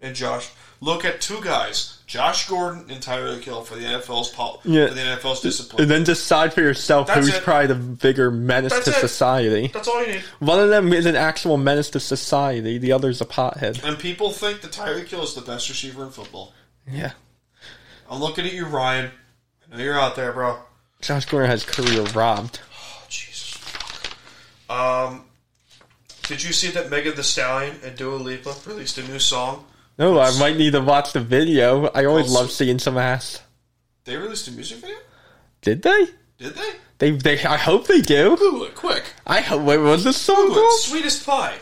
and Josh, look at two guys, Josh Gordon and Tyreek Hill for the NFL's pol-
Yeah.
for the NFL's discipline.
And then decide for yourself
That's
who's
it.
probably the bigger menace
That's
to
it.
society.
That's all you need.
One of them is an actual menace to society, the other's a pothead.
And people think that Tyreek Hill is the best receiver in football.
Yeah.
I'm looking at you, Ryan. I know you're out there, bro.
Josh Gordon has career robbed.
Oh, Jesus. fuck. Um, did you see that Megan the Stallion and Dua Lipa released a new song?
No, I might need to watch the video. I always
Also-
love seeing some ass.
They released a music video?
Did they?
Did they?
They, they, I hope they do.
Google it quick.
I hope. Wait, what was this song
Google it.
called?
Sweetest Pie.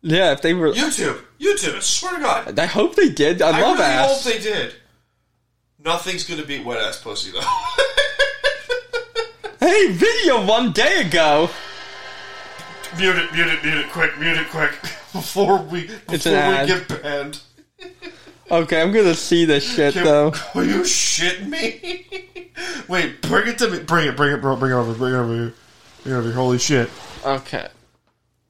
Yeah, if they were.
YouTube. YouTube. I swear to God.
I hope they did. I, love
really
ass.
hope they did. Nothing's gonna beat wet ass pussy though.
hey, video one day ago.
mute it. Mute it. Mute it quick. Mute it quick before we before
It's
we
an ad.
get banned.
Okay, I'm gonna see this shit
Can-
though.
Are you shitting me? Wait, bring it to me. Bring it. Bring it, bro. Bring it over. Bring it over here. Bring it over here. Holy shit.
Okay.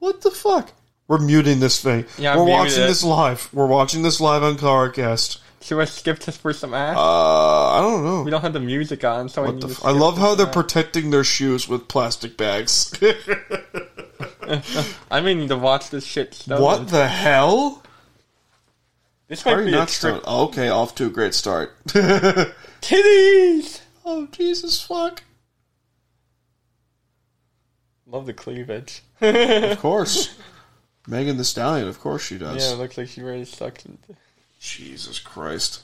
What the fuck? We're muting this thing.
Yeah,
We're
mute
watching
it.
this live. We're watching this live on Carcast.
Should I skip this for some ass?
Uh, I don't know.
we don't have the music on, so I
What
need
the
to
f-
skip
I love
this
how they're
ass.
protecting their shoes with plastic bags.
I may need to watch this shit. Stoned.
what the hell?
This
Are
might
you
be a
not
trick.
stoned? Oh, okay, off to a great start.
Titties.
oh Jesus fuck!
Love the cleavage.
Of course, Megan the Stallion. Of course she does.
Yeah, it looks like she already sucked. Into...
Jesus Christ.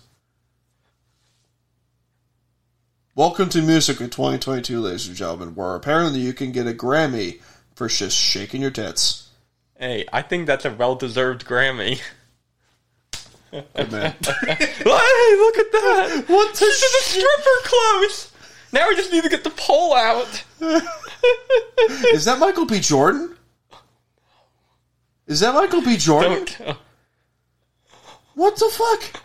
Welcome to Music in 2022, ladies and gentlemen, where apparently you can get a Grammy for just shaking your tits.
Hey, I think that's a well-deserved Grammy.
Good man.
hey, look at that! What? This is a stripper clothes. Now we just need to get the poll out.
Is that Michael B. Jordan? Is that Michael B. Jordan?
Don't go.
What the fuck?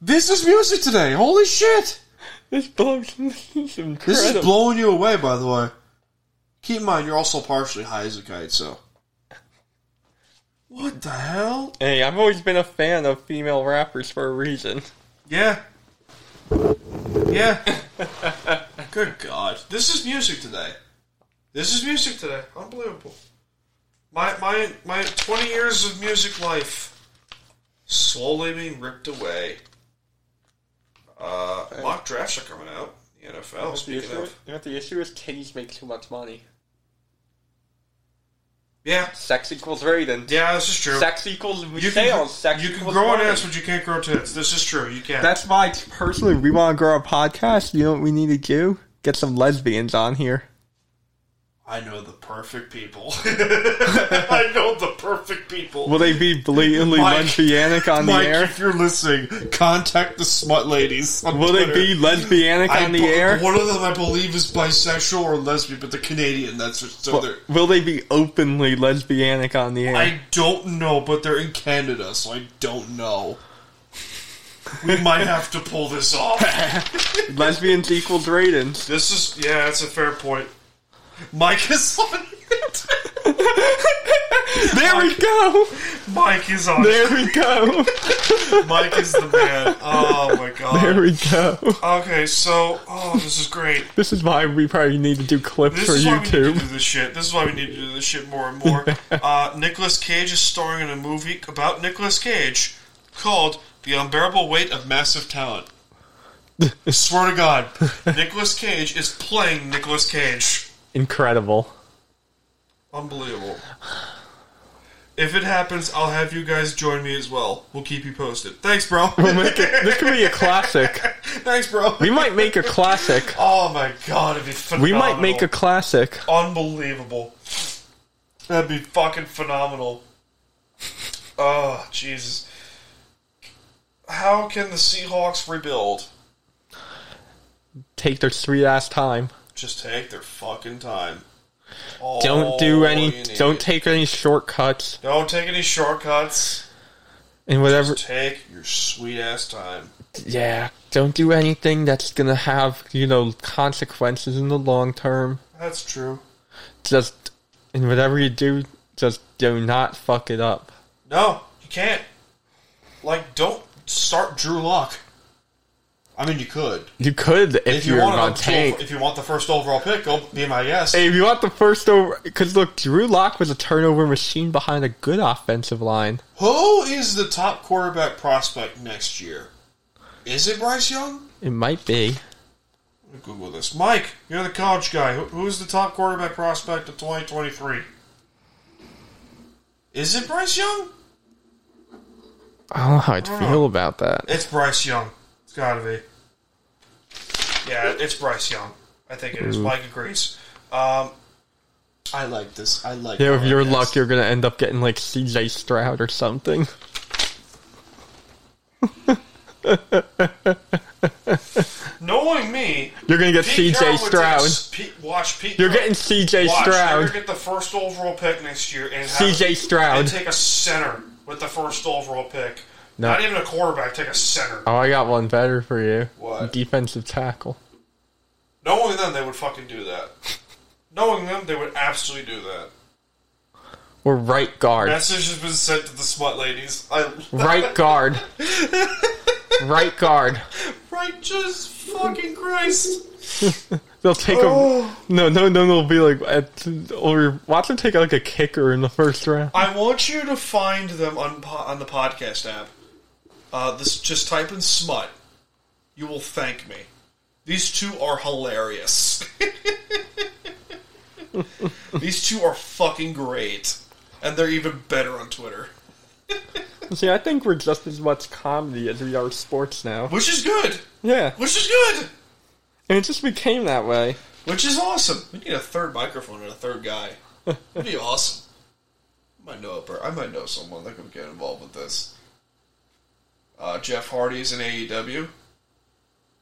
this is music today. Holy shit!
This blows. This is incredible.
This is blowing you away, by the way. Keep in mind, you're also partially high as a kite, so. What the hell?
hey, I've always been a fan of female rappers for a reason.
Yeah. Yeah. Good God. This is music today. This is music today. Unbelievable. My my my twenty years of music life slowly being ripped away. Uh, mock drafts are coming out. The NFL, speaking of.
the issue is kitties make too much money.
Yeah.
Sex equals rating.
Yeah, this is true.
Sex equals
You can,
sales. Sex
you can
equals
grow an
money.
ass, but you can't grow tits. This is true. You can.
That's my personally. We want to grow a podcast. You know what we need to do? Get some lesbians on here.
I know the perfect people. I know the perfect people.
Will they be blatantly
Mike-
lesbianic on
Mike,
the air?
if you're listening, contact the smut ladies. on
Will they
Twitter.
be lesbianic
I
on the
bu-
air?
One of them, I believe, is bisexual or lesbian, but the Canadian. That's so. They're,
Will they be openly lesbianic on the air?
I don't know, but they're in Canada, so I don't know. We might have to pull this off.
Lesbians equals ratings.
This is yeah, that's a fair point. Mike is on it.
There we go.
Mike is on it.
There we go.
Mike is the man. Oh my
There
god.
we go.
Okay, so oh, this is great.
This is why we probably need to do clips
This
for
is why we need to
YouTube.
do this shit. This is why we need to do this shit more and more. uh, Nicholas Cage is starring in a movie about Nicolas Cage called "The Unbearable Weight of Massive Talent." Swear to God, Nicolas Cage is playing Nicolas Cage.
Incredible.
Unbelievable. If it happens, I'll have you guys join me as well. We'll keep you posted. Thanks, bro.
This could be a classic.
Thanks, bro.
We might make a classic.
Oh my god, it'd be
We
phenomenal.
might make a classic.
unbelievable. That'd be fucking phenomenal. Oh, Jesus. How can the Seahawks rebuild?
Take their sweet ass time.
Just take their fucking time. All
Don't do any.
Oh, you need.
Don't take any shortcuts.
Don't take any shortcuts.
And whatever.
Take your sweet ass time.
Yeah. Don't do anything that's gonna have you know consequences in the long term.
That's true.
Just and whatever you do, just do not fuck it up.
No, you can't. Like, don't start Drew Lock. I mean, you could
You could if,
if you
you're
want
on
to
tank.
If you want the first overall pick, go be my guest.
Hey, if you want the first over, because look, Drew Lock was a turnover machine behind a good offensive line.
Who is the top quarterback prospect next year? Is it Bryce Young?
It might be.
Let me Google this. Mike, you're the college guy. Who- Who's the top quarterback prospect of 2023? Is it Bryce Young?
I don't know how I'd feel about that.
It's Bryce Young. It's gotta be. Yeah, it's Bryce Young. I think it is. Mike agrees. Um, I like this. I like.
Yeah, with
our
your
guest.
luck, you're gonna end up getting like CJ Stroud or something.
Knowing me,
You're gonna get
Pete Carroll would
CJ
take
Stroud.
s- Pete, watch Pete.
You're
Carroll-
getting CJ
watch, They're
Stroud.
gonna get the first overall pick next year, and have-
CJ
and
Stroud.
take a center with the first overall pick.
No.
Not even a quarterback. Take a center.
Oh, I got one better for you.
What?
Defensive tackle.
Knowing them, they would fucking do that. Knowing them, they would absolutely do that.
Or right guard.
Message has been sent to the smut ladies. I
Right guard. right guard.
right, just fucking Christ.
They'll take
Oh.
a no, no, no. They'll be like at, or watch them take like a kicker in the first round.
I want you to find them on po- on the podcast app. Uh, this just type in smut. You will thank me. These two are hilarious. These two are fucking great, and they're even better on Twitter,
See, I think we're just as much comedy as we are sports now.
which is good.
Yeah,
Which is good.
and it just became that way.
Which is awesome. We need a third microphone and a third guy. That'd be awesome. I might know a per- I might know someone that could get involved with this. Uh, Jeff Hardy's in AEW. E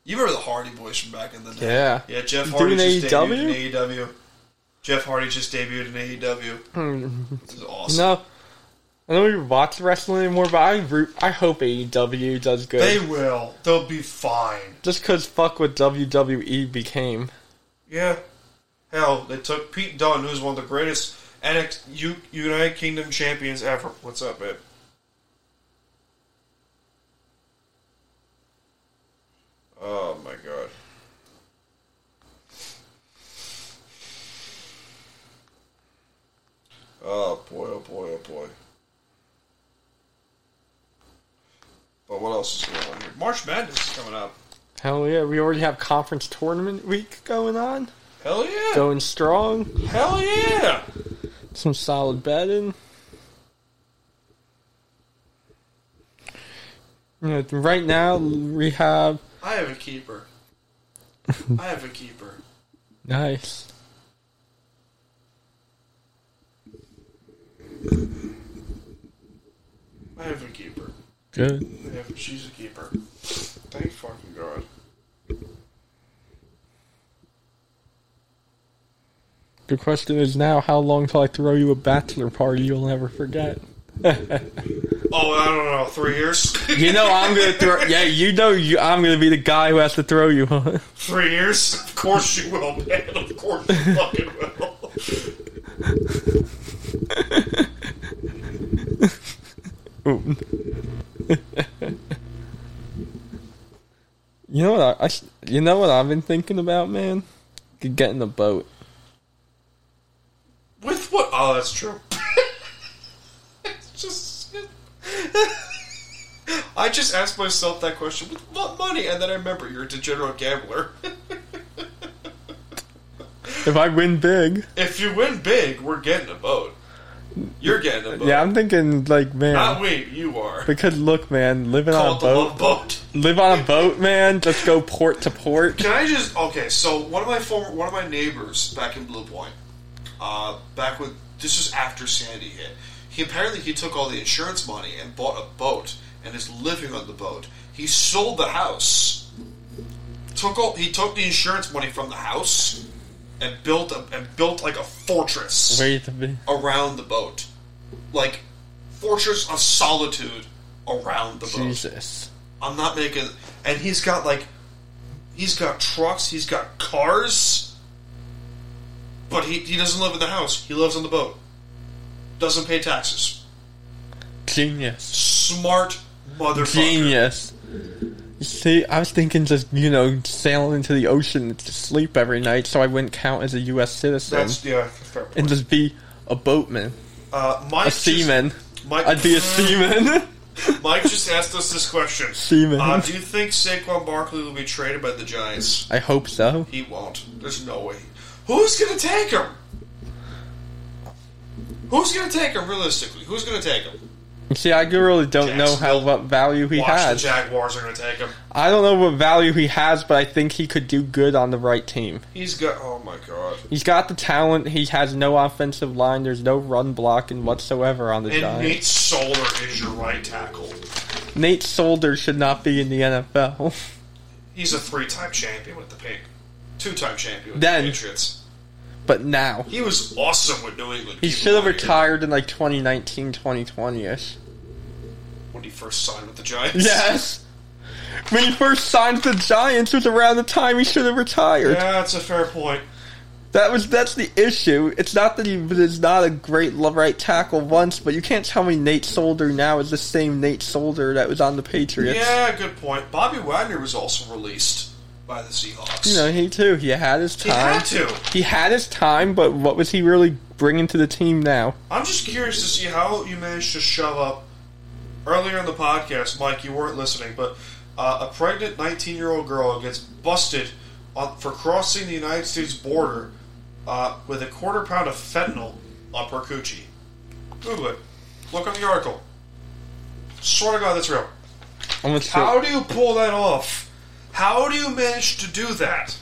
You remember the Hardy Boys from back in the day?
Yeah.
Yeah, Jeff
Doing
Hardy
E
just
AEW?
debuted in AEW. Jeff Hardy just debuted in AEW.
Hmm.
this is awesome.
No, I don't even watch wrestling anymore, but I root, I hope AEW does good.
They will. They'll be fine.
Just because fuck what WWE became.
Yeah. Hell, they took Pete Dunne, who's one of the greatest NX U- United Kingdom champions ever. What's up, babe? Oh my god. Oh boy, oh boy, oh boy. But what else is going on here? March Madness is coming up.
Hell yeah, we already have conference tournament week going on.
Hell yeah!
Going strong.
Hell yeah!
Some solid betting. You know, right now we have
I have a keeper. I have a keeper.
nice.
I have a keeper.
Good.
I have, she's a keeper. Thank fucking god.
The question is now how long till I throw you a bachelor party you'll never forget.
Oh, I don't know, three years?
You know I'm gonna throw. Yeah, you know you, I'm gonna be the guy who has to throw you. Huh?
three years? Of course you will, man. Of course you fucking will.
You know what I, I s- You know what I've been thinking about, man. Could Get in the boat.
With what? Oh, that's true. it's just. I just asked myself that question with what money? And then I remember you're a degenerate gambler.
If I win big,
if you win big, we're getting a boat. You're getting a boat.
yeah, I'm thinking like
Not
man.
we, you are.
Because look, man, living on a
Called the
Oh, boat,
love boat.
live on a boat, man. Just go port to port.
Can I just okay? So one of my former, one of my neighbors back in Blue Point, uh, back when this was after Sandy hit, he apparently he took all the insurance money and bought a boat and is living on the boat. He sold the house, took all he took the insurance money from the house, and built a, and built like a fortress
Way to be.
around the boat, like fortress of solitude around the boat.
Jesus.
I'm not making. And he's got like, he's got trucks, he's got cars, but he he doesn't live in the house. He lives on the boat. Doesn't pay taxes.
Genius.
Smart motherfucker.
Genius. See, I was thinking just, you know, sailing into the ocean to sleep every night so I wouldn't count as a U.S. citizen.
That's yeah, fair
and
point.
just be a boatman,
Uh, Mike
a seaman.
Mike-
I'd be a seaman.
Just, Mike just asked us this question.
Seaman.
Uh, do you think Saquon Barkley will be traded by the Giants?
I hope so.
He won't. There's no way. Who's gonna take him? Who's gonna take him realistically? Who's gonna take him?
See, I really don't know how
Jacksonville.
what value he
Watch
has.
the Jaguars are gonna take him.
I don't know what value he has, but I think he could do good on the right team.
He's got. Oh my god.
He's got the talent. He has no offensive line. There's no run blocking whatsoever on the
And
Giants.
Nate Solar is your right tackle.
Nate Solder should not be in the NFL.
He's a three-time champion with the Pink, two-time champion with
Then-
the Patriots.
but now.
He was awesome with New England.
He
Keep
should
in
have
mind,
retired in like 2019, 2020-ish.
when he first signed with the Giants.
Yes! When he first signed the Giants was around the time he should have retired.
Yeah, that's a fair point.
That was that's the issue. It's not that he is not a great le- right tackle once, but you can't tell me Nate Solder now is the same Nate Solder that was on the Patriots.
Yeah, good point. Bobby Wagner was also released by the Seahawks.
You know, he too. He had his
he
time.
had to.
He had his time, but what was he really bringing to the team now?
I'm just curious to see how you managed to shove up earlier in the podcast, Mike. You weren't listening, but uh, a pregnant 19 year old girl gets busted on, for crossing the United States border uh, with a quarter pound of fentanyl up her coochie. Google it. Look on the article. Swear to God, that's real.
I'm gonna say-
How do you pull that off? How do you manage to do that?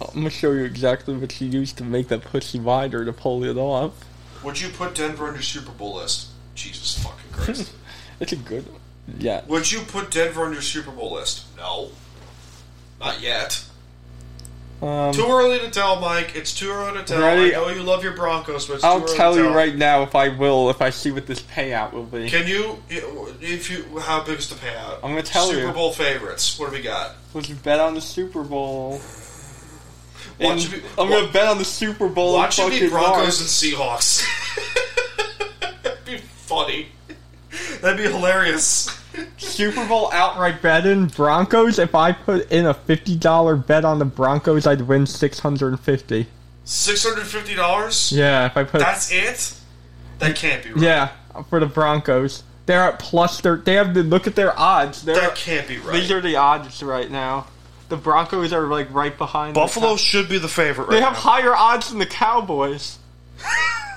I'm gonna show you exactly what she used to make that pussy wider to pull it off.
Would you put Denver on your Super Bowl list? Jesus fucking Christ.
It's a good one. Yeah.
Would you put Denver on your Super Bowl list? No. Not yet.
Um,
too early to tell, Mike. It's too early to tell.
Ready?
I know you love your Broncos, but it's
I'll
too early
tell
to
you
tell.
right now if I will, if I see what this payout will be.
Can you, if you, how big's the payout?
I'm gonna tell
Super
you.
Bowl favorites. What do we got?
Let's bet on the Super Bowl.
Watch
And
it be-
I'm gonna bet on the Super Bowl. in
Watch it be
fucking
Broncos
March.
and Seahawks. That'd be funny. That'd be hilarious.
Super Bowl outright betting Broncos. If I put in a fifty dollar bet on the Broncos, I'd win six hundred and fifty.
Six hundred fifty dollars.
Yeah, if I put
That's it. That can't be right.
yeah for the Broncos, they're at plus thir They have to look at their odds. They're
That can't be right.
These are the odds right now. The Broncos are like right behind the
Buffalo
Cow-
should be the favorite.
they
right
have
now.
higher odds than the Cowboys. the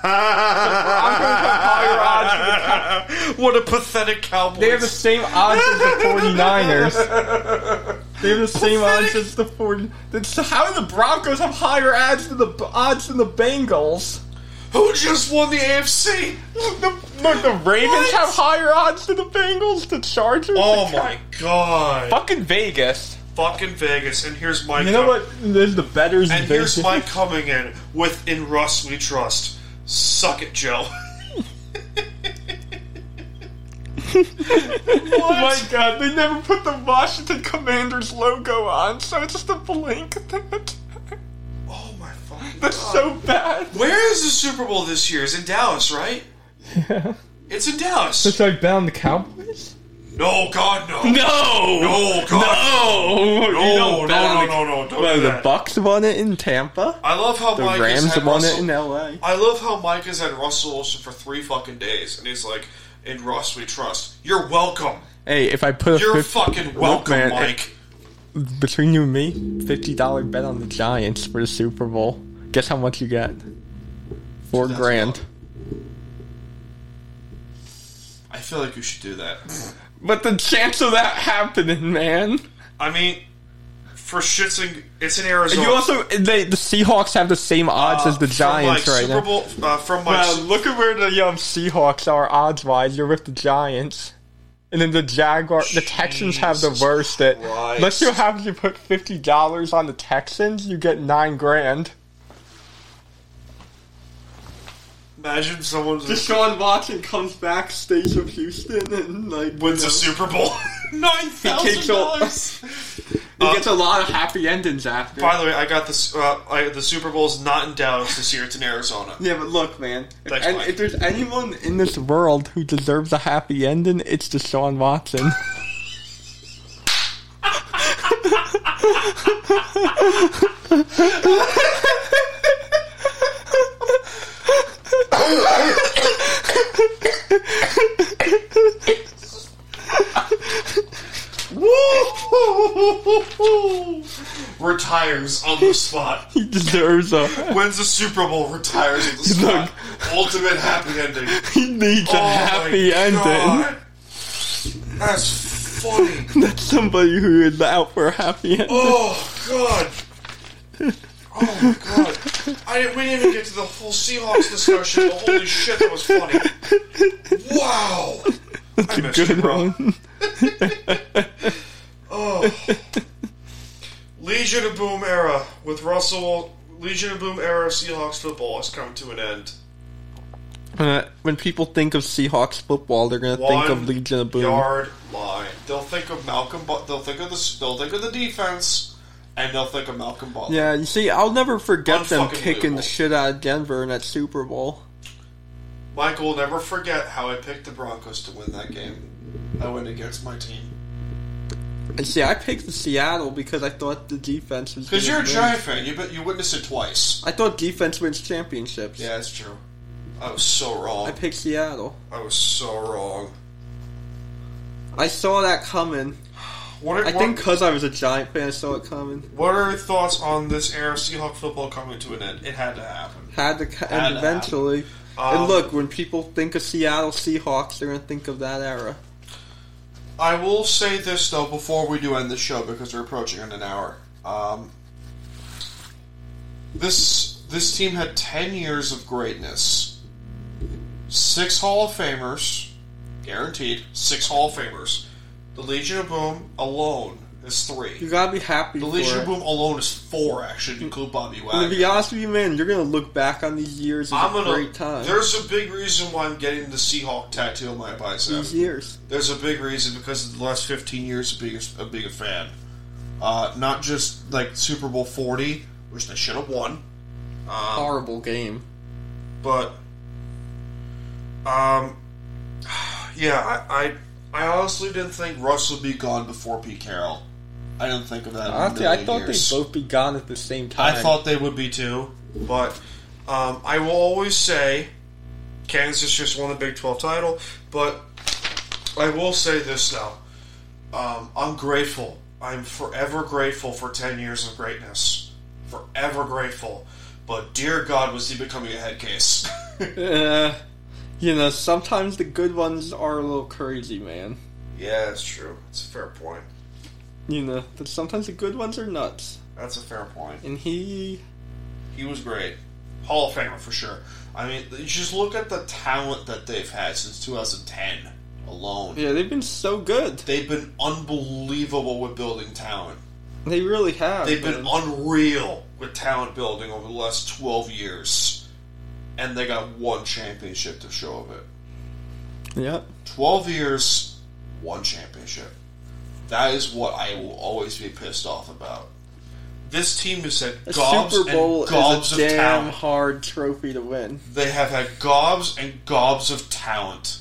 Broncos have higher odds. Than the Cow-
what a pathetic Cowboys.
they have the same odds as the 49ers. They have the same odds as the 40. That's- How do the Broncos have higher odds than the odds than the Bengals?
Who just won the AFC?
The, look, the Ravens
What?
have higher odds than the Bengals. The Chargers.
Oh
the Cow-
my god.
Fucking Vegas.
Fucking Vegas. And here's my
You know what? There's the betters.
And
in
here's
Vegas.
Mike coming in with In Russ We Trust. Suck it, Joe.
Oh my god, they never put the Washington Commanders logo on, so it's just a blank.
Oh my fucking
That's so bad.
Where is the Super Bowl this year? It's in Dallas, right? Yeah. It's in Dallas.
I bet on the Cowboys?
No, God, no.
No!
No, God.
No!
No, no, no, no, no, don't do
the
that.
Bucks won it in Tampa.
I love how
The
Mike has
Rams
had
won it
Russell-
in LA.
I love how Mike has had Russell Wilson for three fucking days, and he's like, "In Russ we trust." You're welcome.
Hey, if I put a
You're
50
fucking
Look,
welcome,
man,
Mike.
Between you and me, $50 bet on the Giants for the Super Bowl. Guess how much you got? Four
That's
grand.
a lot. I feel like you should do that.
But the chance of that happening, man.
I mean, for shits and it's in Arizona.
You also they, the Seahawks have the same odds
Uh,
as the
from
Giants
Mike's
right
Super
now.
Bowl, uh, from Mike's,
Well, look at where the um, Seahawks are odds wise. You're with the Giants, and then the Jaguar. The Texans have the
Jesus
worst. At
Christ.
unless you have to put fifty dollars on the Texans, you get nine grand.
imagine someone's
Deshaun Watson comes back, stays with Houston, and like
wins a Super Bowl. Nine thousand dollars.
He gets a lot of happy endings after.
By the way, I got this. Uh, I, the Super Bowl's not in Dallas this year. It's in Arizona.
Yeah, but look, man. If,
Thanks,
and
Mike.
if there's anyone in this world who deserves a happy ending, it's Deshaun Watson.
retires on the spot.
he deserves a.
Wins the Super Bowl. Retires on the
Look.
spot. Ultimate happy ending.
He needs
Oh
a happy
my
ending.
God. That's funny.
That's somebody who is out for a happy ending.
Oh god. Oh my god. I didn't, we didn't even get to the full Seahawks discussion, but holy shit, that was funny. Wow. That's
a good one.
Legion of Boom era with Russell. Legion of Boom era Seahawks football has come to an end.
Uh, when people think of Seahawks football, they're gonna
One
think of Legion of Boom.
yard line. They'll think of Malcolm. But they'll think of the. They'll think of the defense, and they'll think of Malcolm Butler.
Yeah, you see, I'll never forget them
Unfucking
kicking
believable.
the shit out of Denver in that Super Bowl.
Michael will never forget how I picked the Broncos to win that game. I went against my team.
And see, I picked the Seattle because I thought the defense was.
Because
gonna
you're a
win.
Giant fan, you but you witnessed it twice.
I thought defense wins championships.
Yeah, that's true. I was so
I
wrong.
picked Seattle.
I was so wrong.
I saw that coming.
What are,
I
what,
think because I was a Giant fan, I saw it coming.
what are your thoughts on this era of Seahawk football coming to an end? It had to happen.
Had to ca-
Had to
and eventually.
Um,
and look, when people think of Seattle Seahawks, they're going to think of that era.
I will say this though before we do end the show because we're approaching in an hour. Um, this this team had ten years of greatness, six Hall of Famers, guaranteed six Hall of Famers. The Legion of Boom alone is
You
three.
gotta be happy.
The
for
Legion
it.
Boom alone is four, actually, to include Bobby
And to be
Wagner.
honest with you, man, you're gonna look back on these years as
I'm
a
gonna.
great time.
There's a big reason why I'm getting the Seahawk tattoo on my bicep.
these years.
There's a big reason because of the last 15 years of being a, of being a fan. Uh, not just like Super Bowl 40, which they should have won, Um,
Horrible game.
but um, yeah, I, I I honestly didn't think Russ would be gone before Pete Carroll. I didn't think of that. in a
Honestly, I
million
thought
years.
they'd both be gone at the same
I
time.
thought they would be too, but um, I will always say Kansas just won the Big 12 title. But I will say this now: um, I'm grateful. I'm forever grateful for 10 years of greatness. Forever grateful. But dear God, was he becoming a head case?
Eh, you know, sometimes the good ones are a little crazy, man.
yeah, that's true. It's a fair point.
You know, but sometimes the good ones are nuts.
That's a fair point.
And he,
He was great. Hall of Famer for sure. I mean, just look at the talent that they've had since 2010 alone.
yeah, they've been so good.
They've been unbelievable with building talent.
They really have.
They've been
man.
unreal with talent building over the last 12 years. And they got one championship to show of it.
Yep.
12 years, one championship. That is what I will always be pissed off about. This team has had
A
gobs
Super Bowl
and gobs
is a
of
damn
talent.
hard trophy to win.
They have had gobs and gobs of talent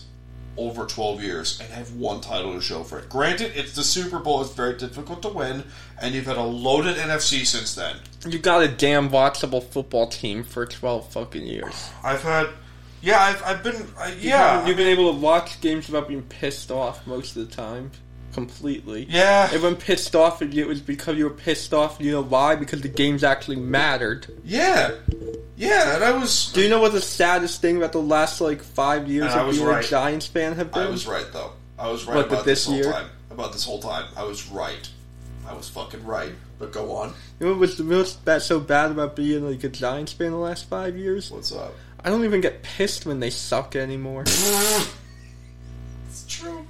over 12 years and have one title to show for it. Granted, it's the Super Bowl, it's very difficult to win, and you've had a loaded NFC since then.
You got a damn watchable football team for 12 fucking years.
I've had. Yeah, I've, I've been. I,
You
yeah.
haven't- You've been able to watch games without being pissed off most of the time. Completely.
yeah.
Everyone pissed off at you. It was because you were pissed off. You know why? Because the games actually mattered.
Yeah. Yeah, and I was.
Do you know what the saddest thing about the last like five years
And I
of
was
being
right.
a Giants fan have been?
I was right, though. I was right
What,
about
that
this,
this
whole
year?
time. About this whole time. I was right. I was fucking right. But go on.
You know what was the most bad, so bad about being like a Giants fan the last five years?
What's up?
I don't even get pissed when they suck anymore.
It's true.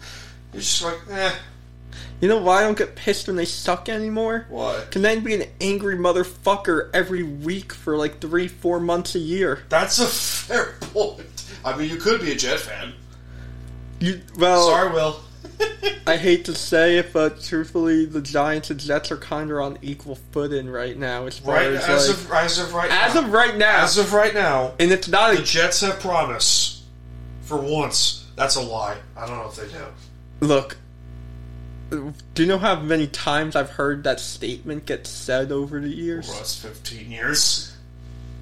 It's just like, eh.
you know why I don't get pissed when they suck anymore?
Why?
Can then be an angry motherfucker every week for like three, four months a year.
That's a fair point. I mean, you could be a Jet fan.
You, well,
Sorry, Will.
I hate to say it, but truthfully, the Giants and Jets are kind of on equal footing right now. As far
Right
as,
as
like,
of as of right
as
now,
of right now,
as of right now,
and it's not
the
a
Jets have promise. For once, that's a lie. I don't know if they do.
look. Do you know how many times I've heard that statement get said over the years?
Russ, fifteen years.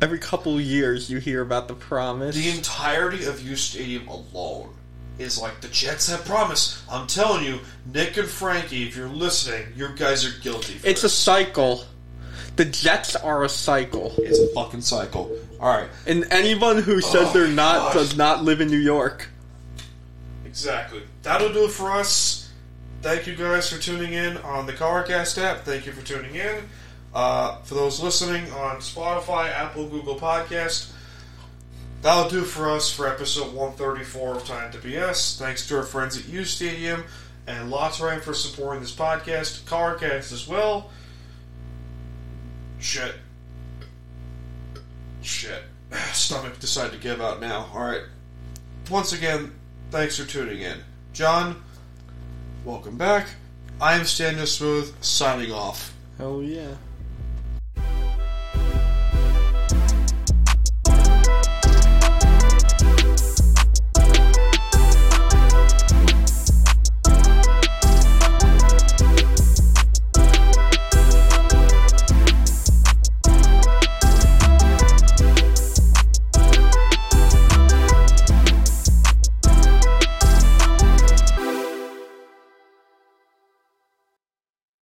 Every couple of years, you hear about the promise.
The entirety of U Stadium alone is like the Jets have promise. I'm telling you, Nick and Frankie, if you're listening, you guys are guilty. For
it's a
this.
cycle. The Jets are a cycle,
it's a fucking cycle. All right,
and anyone who says
Oh,
they're not
gosh.
does not live in New York.
Exactly. That'll do it for us. Thank you guys for tuning in on the Colorcast app. Thank you for tuning in. Uh, for those listening on Spotify, Apple, Google Podcast, that'll do for us for episode 134 of Time to BS. Thanks to our friends at U Stadium and Lotrain for supporting this podcast, Colorcast as well. Shit. Shit. Stomach decided to give out now. Alright once again, thanks for tuning in. John, welcome back. I am Daniel Smooth, signing off.
Hell yeah.